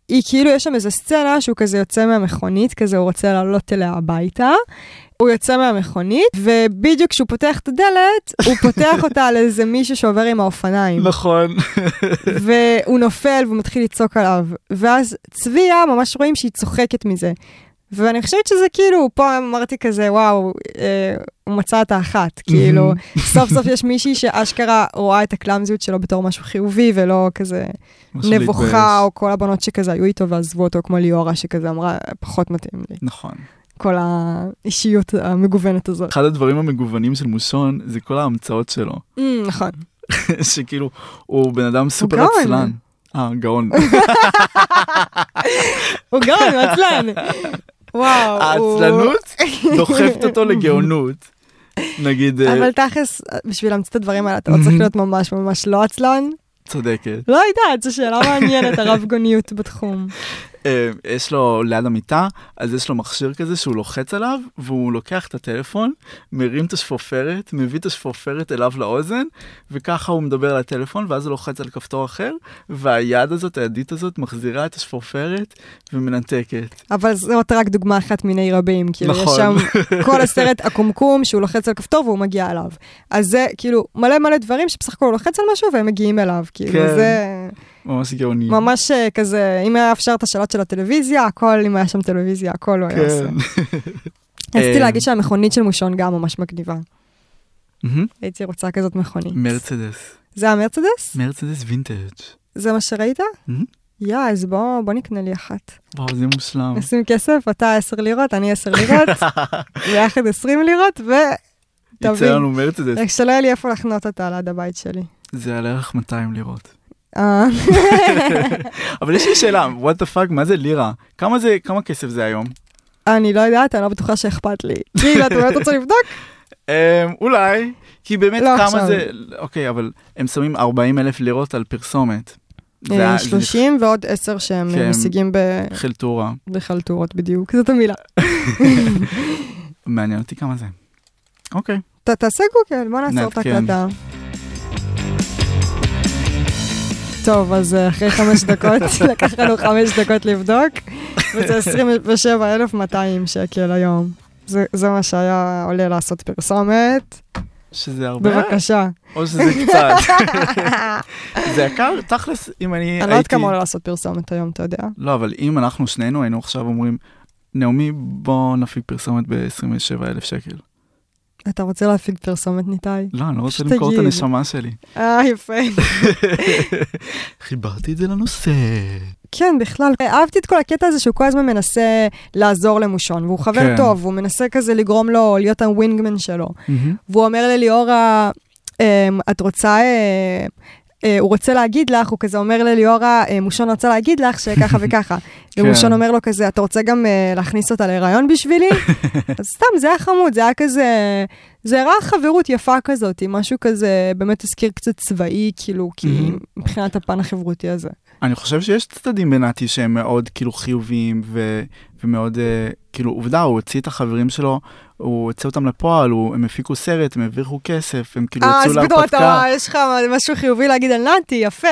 Speaker 5: היא כאילו, יש שם איזו סצנה שהוא כזה יוצא מהמכונית, כזה הוא רוצה לעלות אליה הביתה. הוא יוצא מהמכונית, ובדיוק כשהוא פותח את הדלת, הוא פותח אותה על איזה מישהו שעובר עם האופניים.
Speaker 4: נכון.
Speaker 5: והוא נופל והוא מתחיל לצעוק עליו. ואז צביה, ממש רואים שהיא צוחקת מזה. ואני חושבת שזה כאילו, פה אמרתי כזה, וואו, אה, הוא מצא את
Speaker 4: Mhm.
Speaker 5: האחת. כאילו, סוף סוף יש מישהי שאשכרה רואה את הקלאמזיות שלו בתור משהו חיובי, ולא כזה
Speaker 4: משהו
Speaker 5: נבוכה,
Speaker 4: להתבייש.
Speaker 5: או כל הבנות שכזה היו איתו ועזבו אותו, כמו ליאורה, שכזה אמרה, פחות מתאים לי.
Speaker 4: נכון.
Speaker 5: כל האישיות המגוונת הזאת.
Speaker 4: אחד הדברים המגוונים של מושון זה כל ההמצאות שלו.
Speaker 5: Mm, נכון.
Speaker 4: שכאילו, הוא בן אדם סופר
Speaker 5: גאון.
Speaker 4: עצלן. אה, גאון.
Speaker 5: הוא גם עצלן. וואו. הוא-
Speaker 4: העצלנות דוחפת אותו לגאונות. נגיד, אה,
Speaker 5: אבל תכלס, בשביל להמציא את הדברים האלה, אתה לא צריך להיות ממש ממש לא עצלן?
Speaker 4: צודקת.
Speaker 5: לא יודעת, זו שאלה מעניינת, הרב גוניות בתחום.
Speaker 4: אה, יש לו ליד המיטה, אז יש לו מכשיר כזה שהוא לוחץ עליו, והוא לוקח את הטלפון, מרים את השפופרת, מביא את השפופרת אליו לאוזן, וככה הוא מדבר על הטלפון, ואז הוא לוחץ על כפתור אחר, והיד הזאת, הידית הזאת, מחזירה את השפופרת ומנתקת.
Speaker 5: אבל זאת רק דוגמה אחת מיני רבים, כאילו יש
Speaker 4: נכון.
Speaker 5: שם כל הסרט הקומקום שהוא לוחץ על כפתור והוא מגיע אליו. אז זה כאילו מלא מלא דברים שבסך הכל הוא לוחץ על משהו והם מגיעים אליו, כאילו
Speaker 4: כן.
Speaker 5: זה
Speaker 4: ממש גאוני.
Speaker 5: ממש אה, כזה, אם היה אפשר את השלט של הטלוויזיה, הכל, אם היה שם טלוויזיה, הכל הוא היה עושה.
Speaker 4: כן.
Speaker 5: רציתי
Speaker 4: אה.
Speaker 5: להגיד שהמכונית של מושון גם ממש מגניבה.
Speaker 4: מהמם.
Speaker 5: הייתי רוצה כזאת מכונית.
Speaker 4: מרצדס.
Speaker 5: זה המרצדס?
Speaker 4: מרצדס וינטג'.
Speaker 5: זה מה שראית?
Speaker 4: מהמם.
Speaker 5: יא, אז בוא, בוא נקנה לי אחת.
Speaker 4: וואו, זה מושלם.
Speaker 5: נשים כסף, אתה 10 לירות, אני 10 לירות, ביחד 20 לירות, ותבין.
Speaker 4: יצא לנו מרצדס.
Speaker 5: רק שלא יהיה לי איפה לחנות אותה ליד הבית שלי.
Speaker 4: זה על ערך 200 לירות.
Speaker 5: אה,
Speaker 4: אבל יש לי שאלה, what the fuck, מה זה לירה? כמה זה, כמה כסף זה היום?
Speaker 5: אני לא יודעת, אני לא בטוחה שאכפת לי. גיל, את באמת רוצה לבדוק?
Speaker 4: אמ, אולי, כי באמת
Speaker 5: לא
Speaker 4: כמה
Speaker 5: עכשיו.
Speaker 4: זה, אוקיי, אבל הם שמים 40 אלף לירות על פרסומת. זה
Speaker 5: אה,
Speaker 4: ה- זה
Speaker 5: 30 ועוד 10 שהם
Speaker 4: כן.
Speaker 5: משיגים ב-
Speaker 4: חלטורה.
Speaker 5: בחלטורות בדיוק, זאת המילה.
Speaker 4: מעניין אותי כמה זה. אוקיי.
Speaker 5: ת- תעשה גוגל, בוא נעצור את
Speaker 4: נעדכן.
Speaker 5: ההקלטה. טוב, אז אה, אחרי חמש דקות, לקח לנו חמש דקות לבדוק, וזה 27,200 שקל היום. זה, זה מה שהיה עולה לעשות פרסומת.
Speaker 4: שזה הרבה,
Speaker 5: בבקשה.
Speaker 4: או שזה קצת. זה יקר, תכלס, אם אני הייתי...
Speaker 5: אני לא יודעת כמה עולה לעשות פרסומת היום, אתה יודע.
Speaker 4: לא, אבל אם אנחנו שנינו היינו עכשיו אומרים, נעמי, בוא נפיק פרסומת ב-27,000 שקל.
Speaker 5: אתה רוצה להפיק פרסומת, ניתאי?
Speaker 4: לא, אני לא רוצה
Speaker 5: פשוט
Speaker 4: למכור את
Speaker 5: תגיד.
Speaker 4: הנשמה שלי.
Speaker 5: אה, יפה.
Speaker 4: חיברתי את זה לנושא.
Speaker 5: כן, בכלל, אהבתי את כל הקטע הזה שהוא כל הזמן מנסה לעזור למושון, והוא חבר
Speaker 4: כן.
Speaker 5: טוב, הוא מנסה כזה לגרום לו להיות הווינגמן שלו. והוא אומר לליאורה, אמ, את רוצה... אה, אה, הוא רוצה להגיד לך, הוא כזה אומר לליאורה, אה, מושון רוצה להגיד לך שככה וככה.
Speaker 4: כן.
Speaker 5: ומושון אומר לו כזה, אתה רוצה גם אה, להכניס אותה להיריון בשבילי? אז סתם, זה היה חמוד, זה היה כזה, זה הראה חברות יפה כזאת, משהו כזה באמת הזכיר קצת צבאי, כאילו, כי
Speaker 4: מהמם.
Speaker 5: מבחינת הפן החברותי הזה.
Speaker 4: אני חושב שיש צדדים בנתי שהם מאוד כאילו חיוביים ו... ומאוד אה, כאילו עובדה הוא הוציא את החברים שלו הוא הוציא אותם לפועל הוא, הם הפיקו סרט הם הרוויחו כסף הם כאילו
Speaker 5: אה, אז
Speaker 4: יצאו
Speaker 5: פתאום אתה,
Speaker 4: להרפתקה.
Speaker 5: וואי, יש לך משהו חיובי להגיד על נתי, יפה.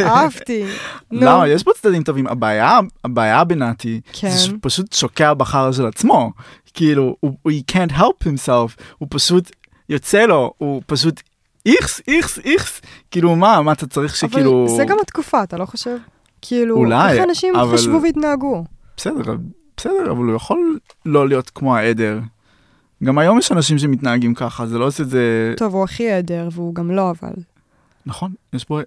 Speaker 5: אהבתי. אה, נו.
Speaker 4: למה לא, יש פה צדדים טובים הבעיה הבעיה בנתי
Speaker 5: כן.
Speaker 4: זה שהוא פשוט שוקע בחרא של עצמו כאילו הוא הוא- he can't help himself הוא פשוט יוצא לו הוא פשוט איכס איכס איכס כאילו מה מה אתה צריך שכאילו
Speaker 5: אבל זה גם התקופה, אתה לא חושב? כאילו,
Speaker 4: כאילו- אולי,
Speaker 5: איך אנשים
Speaker 4: אבל-
Speaker 5: חשבו והתנהגו?
Speaker 4: בסדר בסדר אבל הוא יכול לא להיות כמו העדר. גם היום יש אנשים שמתנהגים ככה זה לא עושה את זה
Speaker 5: טוב, הוא הכי עדר, והוא גם לא, אבל...
Speaker 4: נכון יש פה.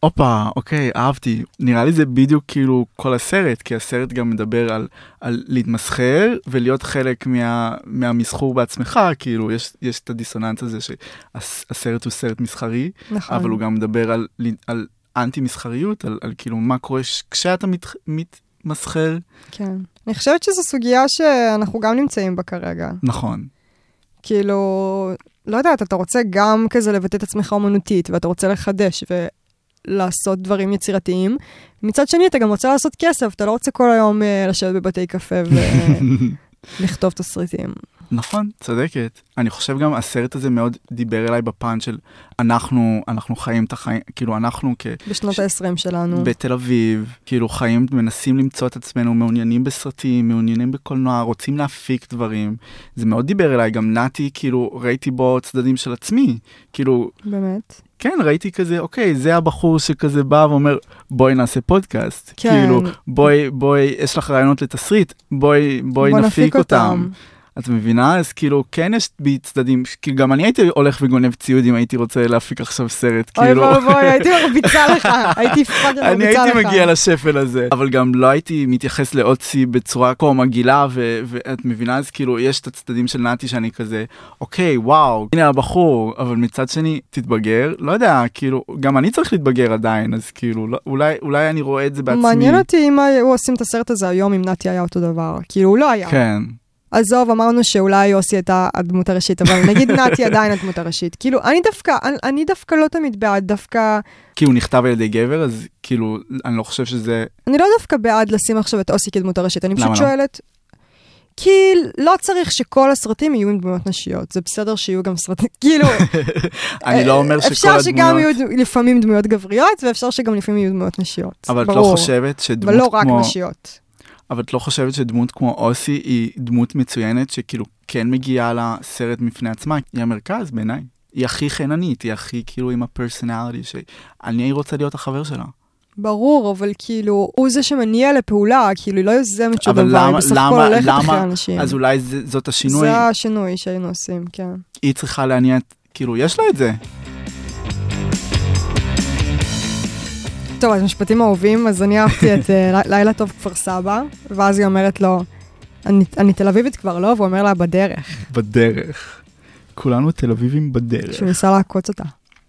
Speaker 4: הופה, אוקיי, אהבתי. נראה לי זה בדיוק כאילו כל הסרט, כי הסרט גם מדבר על, על להתמסחר ולהיות חלק מה, מהמסחור בעצמך, כאילו, יש, יש את הדיסוננס הזה שהסרט הוא סרט מסחרי,
Speaker 5: נכון.
Speaker 4: אבל הוא גם מדבר על, על אנטי מסחריות, על, על כאילו מה קורה ש- כשאתה מת, מתמסחר.
Speaker 5: כן. אני חושבת שזו סוגיה שאנחנו גם נמצאים בה כרגע.
Speaker 4: נכון.
Speaker 5: כאילו, לא יודעת, אתה רוצה גם כזה לבטא את עצמך אומנותית, ואתה רוצה לחדש ולעשות דברים יצירתיים. מצד שני, אתה גם רוצה לעשות כסף, אתה לא רוצה כל היום אה, לשבת בבתי קפה ולכתוב תסריטים.
Speaker 4: נכון, צודקת. אני חושב גם הסרט הזה מאוד דיבר אליי בפן של אנחנו, אנחנו חיים את החיים, כאילו אנחנו כ...
Speaker 5: בשנות
Speaker 4: ש-
Speaker 5: ה-20 שלנו.
Speaker 4: בתל אביב, כאילו חיים, מנסים למצוא את עצמנו, מעוניינים בסרטים, מעוניינים בקולנוע, רוצים להפיק דברים. זה מאוד דיבר אליי, גם נתי, כאילו, ראיתי בו צדדים של עצמי. כאילו,
Speaker 5: באמת.
Speaker 4: כן, ראיתי כזה, אוקיי, זה הבחור שכזה בא ואומר, בואי נעשה פודקאסט.
Speaker 5: כן.
Speaker 4: כאילו, בואי, בואי, יש לך רעיונות לתסריט, בואי, בואי
Speaker 5: בוא
Speaker 4: נפיק אותם. את מבינה? אז כאילו, כן יש בי צדדים, ש- כי גם אני הייתי הולך וגונב ציוד אם הייתי רוצה להפיק עכשיו סרט,
Speaker 5: אוי
Speaker 4: כאילו.
Speaker 5: ואבוי, הייתי מרביצה לך, הייתי פאקינג מרביצה לך.
Speaker 4: אני הייתי מגיע לשפל הזה, אבל גם לא הייתי מתייחס לאוצי בצורה כה מגעילה, ו- ואת מבינה? אז כאילו, יש את הצדדים של נתי שאני כזה, אוקיי, וואו, הנה הבחור, אבל מצד שני, תתבגר, לא יודע, כאילו, גם אני צריך להתבגר עדיין, אז כאילו, לא, אולי, אולי אני רואה את זה בעצמי.
Speaker 5: מעניין אותי אם היו עושים את הסרט הזה היום, אם נתי היה אותו דבר. כאילו, הוא לא היה.
Speaker 4: כן,
Speaker 5: עזוב, אמרנו שאולי יוסי הייתה הדמות הראשית, אבל נגיד נתי עדיין הדמות הראשית. כאילו, אני דווקא, אני, אני דווקא לא תמיד בעד, דווקא,
Speaker 4: כי הוא נכתב על ידי גבר, אז כאילו, אני לא חושב שזה...
Speaker 5: אני לא דווקא בעד לשים עכשיו את אוסי כדמות הראשית, אני פשוט
Speaker 4: למה לא?
Speaker 5: שואלת. כי לא צריך שכל הסרטים יהיו עם דמויות נשיות, זה בסדר שיהיו גם סרטים, כאילו,
Speaker 4: אני לא אומר שכל
Speaker 5: אה, אפשר
Speaker 4: הדמויות...
Speaker 5: שגם יהיו ד- לפעמים דמויות גבריות, ואפשר שגם לפעמים יהיו דמויות נשיות.
Speaker 4: אבל את לא
Speaker 5: ברור.
Speaker 4: חושבת שדמות
Speaker 5: אבל לא רק
Speaker 4: כמו...
Speaker 5: נשיות.
Speaker 4: אבל את לא חושבת שדמות כמו אוסי היא דמות מצוינת שכאילו כן מגיעה לסרט מפני עצמה? היא המרכז בעיניי. היא הכי חננית, היא הכי כאילו עם הפרסונליטי שאני רוצה להיות החבר שלה.
Speaker 5: ברור, אבל כאילו, הוא זה שמניע לפעולה, כאילו, היא לא יוזמת שום
Speaker 4: אבל
Speaker 5: דבר, היא
Speaker 4: למה-
Speaker 5: בסך
Speaker 4: למה-
Speaker 5: הכל הולכת
Speaker 4: למה-
Speaker 5: אחרי אנשים.
Speaker 4: אז אולי זה, זאת השינוי,
Speaker 5: כן. זה השינוי שהיינו עושים, כן.
Speaker 4: היא צריכה להניע את, כאילו יש לה את זה.
Speaker 5: טוב, אז משפטים אהובים, אז אני אהבתי את אה, ל- לילה טוב כפר סבא, ואז היא אומרת לו, "אני- אני תל אביבית כבר לא, והוא אומר לה, בדרך,
Speaker 4: בדרך. כולנו תל אביבים בדרך.
Speaker 5: שהוא ניסה לעקוץ אותה.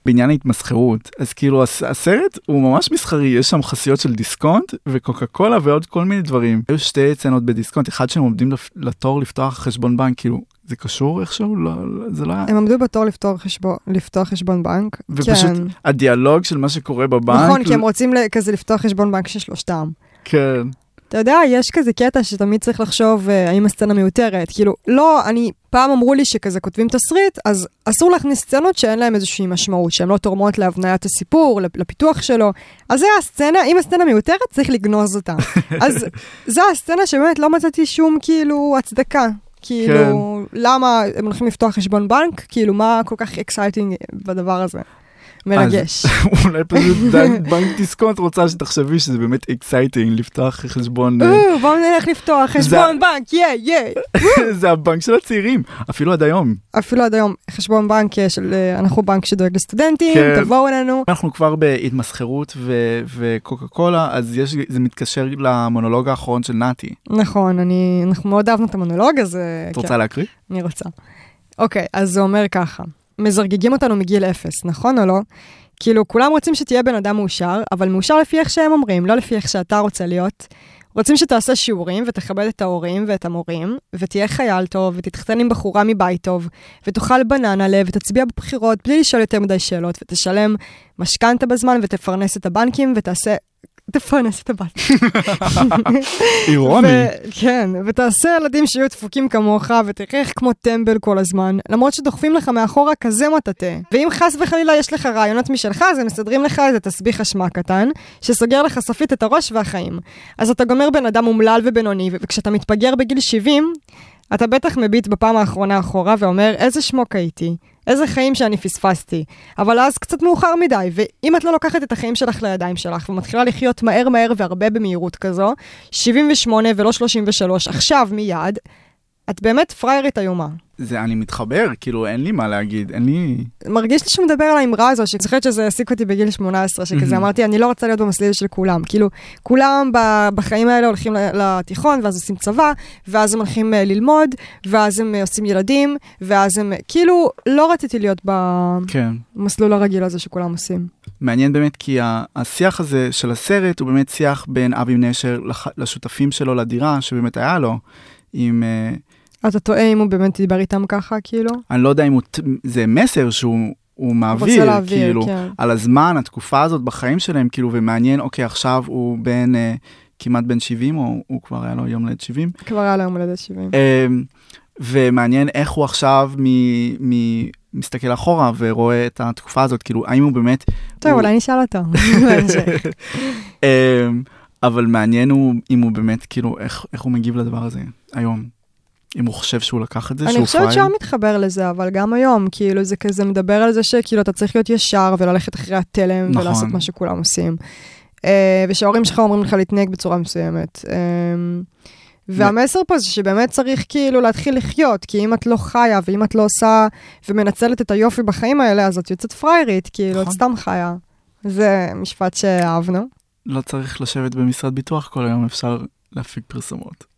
Speaker 4: בעניין ההתמסחרות, אז כאילו הס- הסרט הוא ממש מסחרי, יש שם חסויות של דיסקונט וקוקה קולה ועוד כל מיני דברים. היו שתי צנות בדיסקונט, אחד שהם עומדים לפ- לתור לפתוח חשבון בנק, כאילו, זה קשור איכשהו? לא, לא- זה לא היה...
Speaker 5: הם עמדו בתור לפתור חשבון- לפתוח חשבון בנק.
Speaker 4: ופשוט
Speaker 5: כן.
Speaker 4: הדיאלוג של מה שקורה בבנק.
Speaker 5: נכון, כי הם רוצים ל- כזה לפתוח חשבון בנק של שלושתם.
Speaker 4: כן,
Speaker 5: אתה יודע, יש כזה קטע שתמיד צריך לחשוב אה, האם הסצנה מיותרת. כאילו, לא, אני, פעם אמרו לי שכזה כותבים תסריט, אז אסור להכניס סצנות שאין להן איזושהי משמעות, שהן לא תורמות להבניית הסיפור, לפ- לפיתוח שלו. אז זה הסצנה, אם הסצנה מיותרת, צריך לגנוז אותה. אז זו הסצנה שבאמת לא מצאתי שום כאילו הצדקה. כאילו, למה הם הולכים לפתוח חשבון בנק? כאילו, מה כל כך אקסייטינג בדבר הזה? מרגש.
Speaker 4: אולי פשוט ד- בנק דיסקונט רוצה שתחשבי שזה באמת אקסייטינג לפתוח חשבון, אה,
Speaker 5: "או, בואו נלך לפתוח חשבון בנק, יא יא.
Speaker 4: זה הבנק של הצעירים, אפילו עד היום.
Speaker 5: אפילו עד היום חשבון בנק אה, של אה, אנחנו בנק שדואג לסטודנטים,
Speaker 4: כן.
Speaker 5: תבואו אלינו.
Speaker 4: אנחנו כבר בהתמסחרות ו- וקוקה קולה, אז יש, זה מתקשר למונולוג האחרון של נתי.
Speaker 5: נכון, אני, אנחנו מאוד אהבנו את המונולוג הזה.
Speaker 4: את רוצה להקריא?
Speaker 5: אני רוצה. אוקיי, אז זה אומר ככה, מזרגגים אותנו מגיל אפס, נכון או לא? כאילו, כולם רוצים שתהיה בן אדם מאושר, אבל מאושר לפי איך שהם אומרים, לא לפי איך שאתה רוצה להיות. רוצים שתעשה שיעורים ותכבד את ההורים ואת המורים, ותהיה חייל טוב, ותתחתן עם בחורה מבית טוב, ותאכל בננה לב, ותצביע בבחירות בלי לשאול יותר מדי שאלות, ותשלם משכנתה בזמן, ותפרנס את הבנקים, ותעשה... תפרנס את הבנקים.
Speaker 4: אירוני.
Speaker 5: ו- כן, ותעשה ילדים שיהיו דפוקים כמוך, ותחייך כמו טמבל כל הזמן, למרות שדוחפים לך מאחורה כזה מטאטא. ואם חס וחלילה יש לך רעיונות משלך, אז הם מסדרים לך איזה תסביך אשמה קטן, שסוגר לך סופית את הראש והחיים. אז אתה גומר בן אדם אומלל ובינוני, ו- וכשאתה מתבגר בגיל 70, אתה בטח מביט בפעם האחרונה אחורה ואומר, איזה שמוק הייתי, איזה חיים שאני פספסתי. אבל אז קצת מאוחר מדי, ואם את לא לוקחת את החיים שלך לידיים שלך ומתחילה לחיות מהר מהר והרבה במהירות כזו, 78 ולא 33, עכשיו מיד, את באמת פריירית איומה.
Speaker 4: זה, אני מתחבר, כאילו, אין לי מה להגיד, אין לי...
Speaker 5: מרגיש לי שהוא מדבר על האמרה הזו, שאני זוכרת שזה העסיק אותי בגיל 18, שכזה
Speaker 4: Mhm.
Speaker 5: אמרתי, אני לא רוצה להיות במסלול של כולם. כאילו, כולם ב- בחיים האלה הולכים ל- לתיכון, ואז עושים צבא, ואז הם הולכים אה, ללמוד, ואז הם אה, עושים ילדים, ואז הם... כאילו, לא רציתי להיות
Speaker 4: כן.
Speaker 5: במסלול הרגיל הזה שכולם עושים.
Speaker 4: מעניין באמת כי ה- השיח הזה של הסרט הוא באמת שיח בין אבי נשר לח- לשותפים שלו לדירה שבאמת היה לו. עם, אה,
Speaker 5: אתה טועה אם הוא באמת דיבר איתם ככה, כאילו?
Speaker 4: אני לא יודע אם הוא, ט- זה מסר שהוא הוא
Speaker 5: רוצה
Speaker 4: מעביר,
Speaker 5: להעביר,
Speaker 4: כאילו,
Speaker 5: כן.
Speaker 4: על הזמן, התקופה הזאת בחיים שלהם, כאילו, ומעניין, אוקיי, עכשיו הוא בן, אה, כמעט בן 70, או הוא כבר היה לו יום ליד 70,
Speaker 5: כבר היה לו יום הולדת 70.
Speaker 4: אמ, ומעניין איך הוא עכשיו מ, מ, מסתכל אחורה ורואה את התקופה הזאת, כאילו, האם הוא באמת...
Speaker 5: טוב,
Speaker 4: הוא-
Speaker 5: אולי נשאל אותו.
Speaker 4: אמ, אבל מעניין הוא אם הוא באמת, כאילו, איך, איך הוא מגיב לדבר הזה היום. אם הוא חושב שהוא לקח את זה,
Speaker 5: אני
Speaker 4: שהוא
Speaker 5: חושבת
Speaker 4: פראייר.
Speaker 5: שהוא מתחבר לזה, אבל גם היום, כאילו, זה כזה מדבר על זה שכאילו אתה צריך להיות ישר וללכת אחרי התלם
Speaker 4: נכון.
Speaker 5: ולעשות מה שכולם עושים. אה, ושההורים שלך אומרים לך להתנהג בצורה מסוימת. אה, והמסר פה זה שבאמת צריך כאילו להתחיל לחיות, כי אם את לא חיה ואם את לא עושה ומנצלת את היופי בחיים האלה, אז את יוצאת פריירית, כאילו, את
Speaker 4: נכון.
Speaker 5: סתם חיה. זה משפט שאהבנו.
Speaker 4: לא צריך לשבת במשרד ביטוח כל היום, אפשר להפיק פרסומות.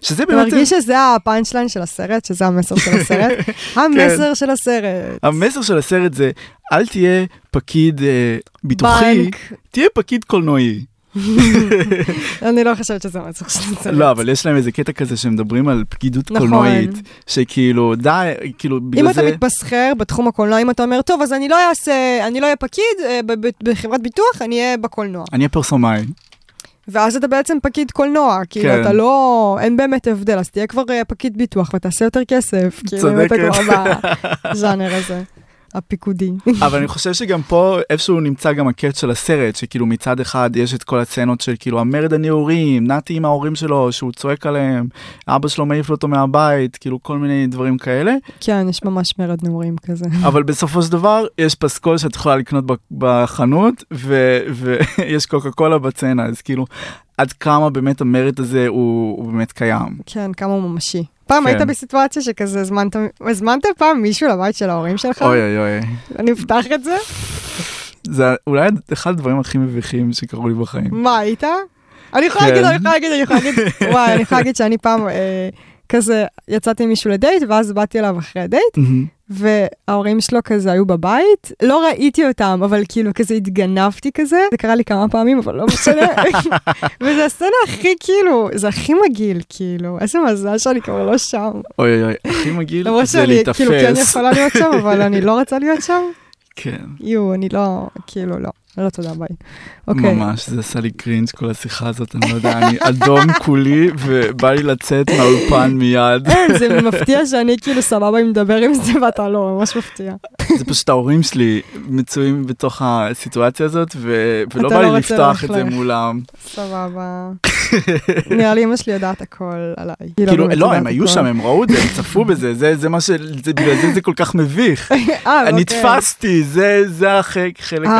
Speaker 4: שזה
Speaker 5: אתה
Speaker 4: באמת...
Speaker 5: מרגיש שזה הפאנצ' ליין של הסרט, שזה המסר של הסרט?
Speaker 4: כן.
Speaker 5: המסר של הסרט.
Speaker 4: המסר של הסרט זה, אל תהיה פקיד אה, ביטוחי,
Speaker 5: בנק.
Speaker 4: תהיה פקיד קולנועי.
Speaker 5: אני לא חושבת שזה מצחיק שזה סרט.
Speaker 4: לא, אבל יש להם איזה קטע כזה שמדברים על פקידות
Speaker 5: נכון.
Speaker 4: קולנועית, שכאילו, די, כאילו,
Speaker 5: אם
Speaker 4: בגלל
Speaker 5: אתה
Speaker 4: זה...
Speaker 5: מתמסחר בתחום הקולנוע, אם אתה אומר, טוב, אז אני לא אעשה, אני לא אהיה פקיד אה, ב- ב- בחברת ביטוח, אני אהיה בקולנוע.
Speaker 4: אני הפרסומאי.
Speaker 5: ואז אתה בעצם פקיד קולנוע, כאילו
Speaker 4: כן.
Speaker 5: אתה לא, אין באמת הבדל, אז תהיה כבר אה, פקיד ביטוח ותעשה יותר כסף. כאילו, אם אתה
Speaker 4: צודקת.
Speaker 5: כבר בז'אנר הזה, הפיקודי.
Speaker 4: אבל אני חושב שגם פה איפשהו נמצא גם הקט של הסרט, שכאילו מצד אחד יש את כל הסצנות של כאילו המרד הנעורים, נתי עם ההורים שלו, שהוא צועק עליהם, אבא שלו מעיף אותו מהבית, כאילו כל מיני דברים כאלה,
Speaker 5: כן, יש ממש מרד נעורים כזה.
Speaker 4: אבל בסופו של דבר יש פסקול שאת יכולה לקנות ב- בחנות ויש קוקה קולה בצנה אז כאילו עד כמה באמת המרט הזה הוא, הוא באמת קיים.
Speaker 5: כן, כמה הוא ממשי. פעם
Speaker 4: כן.
Speaker 5: היית בסיטואציה שכזה הזמנת, הזמנת פעם מישהו לבית של ההורים שלך?
Speaker 4: אוי אוי אוי.
Speaker 5: אני אפתח את זה?
Speaker 4: זה אולי אחד הדברים הכי מביכים שקרו לי בחיים.
Speaker 5: מה, היית? אני יכולה
Speaker 4: כן.
Speaker 5: להגיד, אני יכולה להגיד, אני יכולה להגיד, וואי, אני יכולה להגיד שאני פעם אה, כזה יצאתי עם מישהו לדייט, ואז באתי אליו אחרי הדייט, וההורים שלו כזה היו בבית, לא ראיתי אותם, אבל כאילו כזה התגנבתי כזה, זה קרה לי כמה פעמים, אבל לא משנה. וזה הסצנה הכי כאילו, זה הכי מגעיל, כאילו, איזה מזל שאני כבר לא שם.
Speaker 4: אוי אוי אוי, הכי מגעיל
Speaker 5: למרות
Speaker 4: זה
Speaker 5: שאני כאילו כן
Speaker 4: להיתפס.
Speaker 5: יכולה להיות שם, אבל אני לא רוצה להיות שם.
Speaker 4: כן,
Speaker 5: יו, אני לא, כאילו לא. לא תודה, ביי. אוקיי.
Speaker 4: ממש, זה עשה לי קרינג' כל השיחה הזאת, אני לא יודע, אני אדום כולי ובא לי לצאת מהאולפן מיד.
Speaker 5: אין, כן, זה מפתיע שאני כאילו סבבה אם מדבר עם זה ואתה לא, ממש מפתיע.
Speaker 4: זה פשוט ההורים שלי מצויים בתוך הסיטואציה הזאת, ו- ולא
Speaker 5: אתה
Speaker 4: בא
Speaker 5: לא
Speaker 4: לי
Speaker 5: רוצה
Speaker 4: לפתוח את זה
Speaker 5: ללכלך.
Speaker 4: מולם.
Speaker 5: סבבה. נראה לי אמא שלי יודעת הכל עליי. היא
Speaker 4: כאילו,
Speaker 5: באמת
Speaker 4: לא,
Speaker 5: יודעת
Speaker 4: הם היו
Speaker 5: הכל.
Speaker 4: שם, הם ראו את זה, הם צפו בזה, זה זה מה ש... זה- בגלל זה זה כל כך מביך. אני
Speaker 5: אה, אוקיי.
Speaker 4: נתפסתי, זה זה החלק חלק ה...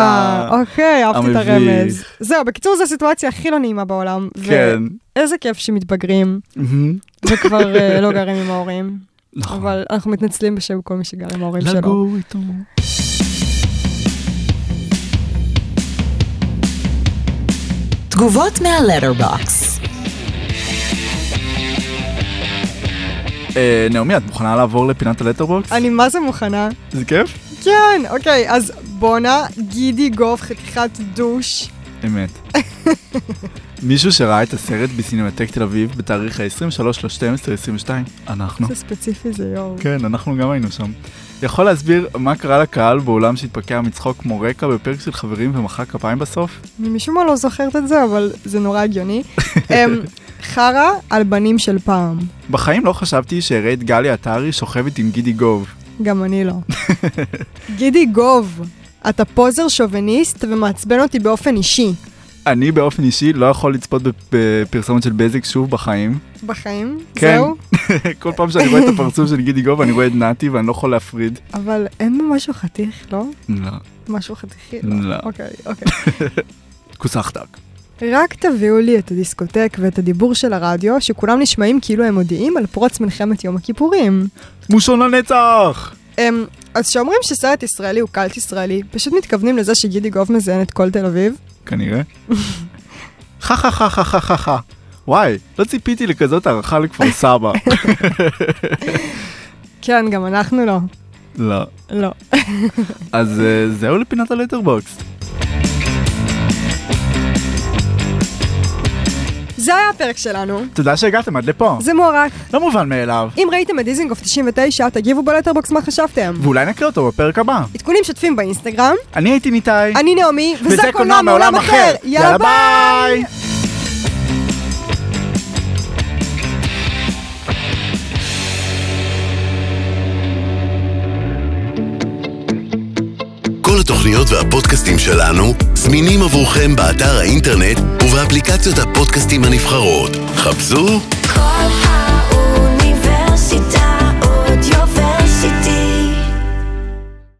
Speaker 5: אה, אוקיי, אהבתי את
Speaker 4: המביך.
Speaker 5: הרמז. זהו, בקיצור, זו הסיטואציה הכי לא נעימה בעולם.
Speaker 4: כן.
Speaker 5: ואיזה כיף שמתבגרים
Speaker 4: מהמם.
Speaker 5: וכבר אה, לא גרים עם ההורים.
Speaker 4: נכון.
Speaker 5: אבל אנחנו מתנצלים בשם כל מי שגר עם ההורים שלו.
Speaker 4: לגור איתו.
Speaker 3: תגובות מהלטרבוקס.
Speaker 4: אה, נעמי, את מוכנה לעבור לפינת הלטרבוקס?
Speaker 5: אני מה זה מוכנה?
Speaker 4: זה כיף?
Speaker 5: כן, אוקיי, אז בואנה, גידי גוף, חתיכת דוש.
Speaker 4: אמת. מישהו שראה את הסרט בסינמטק תל אביב בתאריך ה-23.12.22, אנחנו.
Speaker 5: זה ספציפי זה יום.
Speaker 4: כן, אנחנו גם היינו שם. יכול להסביר מה קרה לקהל באולם שהתפקע מצחוק כמו רקע בפרק של חברים ומחא כפיים בסוף?
Speaker 5: אני משום מה לא זוכרת את זה, אבל זה נורא הגיוני. אמ, חרא על בנים של פעם.
Speaker 4: בחיים לא חשבתי שאראה את גלי עטרי שוכבת עם גידי גוב.
Speaker 5: גם אני לא. גידי גוב, אתה פוזר שוביניסט ומעצבן אותי באופן אישי.
Speaker 4: אני באופן אישי לא יכול לצפות בפרסומת של בזק שוב בחיים.
Speaker 5: בחיים?
Speaker 4: כן.
Speaker 5: זהו?
Speaker 4: כל פעם שאני רואה את הפרצוף של גידי גוב אני רואה את נתי ואני לא יכול להפריד.
Speaker 5: אבל אין בו משהו חתיך, לא?
Speaker 4: לא.
Speaker 5: משהו חתיכי?
Speaker 4: לא.
Speaker 5: אוקיי, אוקיי.
Speaker 4: כוסח דק.
Speaker 5: רק תביאו לי את הדיסקוטק ואת הדיבור של הרדיו, שכולם נשמעים כאילו הם מודיעים על פרוץ מלחמת יום הכיפורים.
Speaker 4: מושון לנצח!
Speaker 5: אמ, אז כשאומרים שסרט ישראלי הוא קלט ישראלי, פשוט מתכוונים לזה שגידי גוב מזיין את כל תל אביב?
Speaker 4: כנראה. חה חה חה חה חה חה חה. וואי, לא ציפיתי לכזאת הערכה לכפר סבא.
Speaker 5: כן, גם אנחנו לא.
Speaker 4: לא.
Speaker 5: לא.
Speaker 4: אז אה, זהו לפינת הלטרבוקס.
Speaker 5: זה היה הפרק שלנו,
Speaker 4: תודה שהגעתם עד לפה.
Speaker 5: זה מוערך.
Speaker 4: לא מובן מאליו.
Speaker 5: אם ראיתם את דיזינגוף 99, תגיבו בלטרבוקס מה חשבתם.
Speaker 4: ואולי נקרא אותו בפרק הבא.
Speaker 5: עדכונים שוטפים באינסטגרם,
Speaker 4: אני הייתי ניתאי.
Speaker 5: אני נעמי, וזה קולנוע מעולם אחר. יאללה ביי!
Speaker 1: כל התוכניות והפודקאסטים שלנו זמינים עבורכם באתר האינטרנט ובאפליקציות הפודקאסטים הנבחרות. חפשו
Speaker 2: כל האוניברסיטה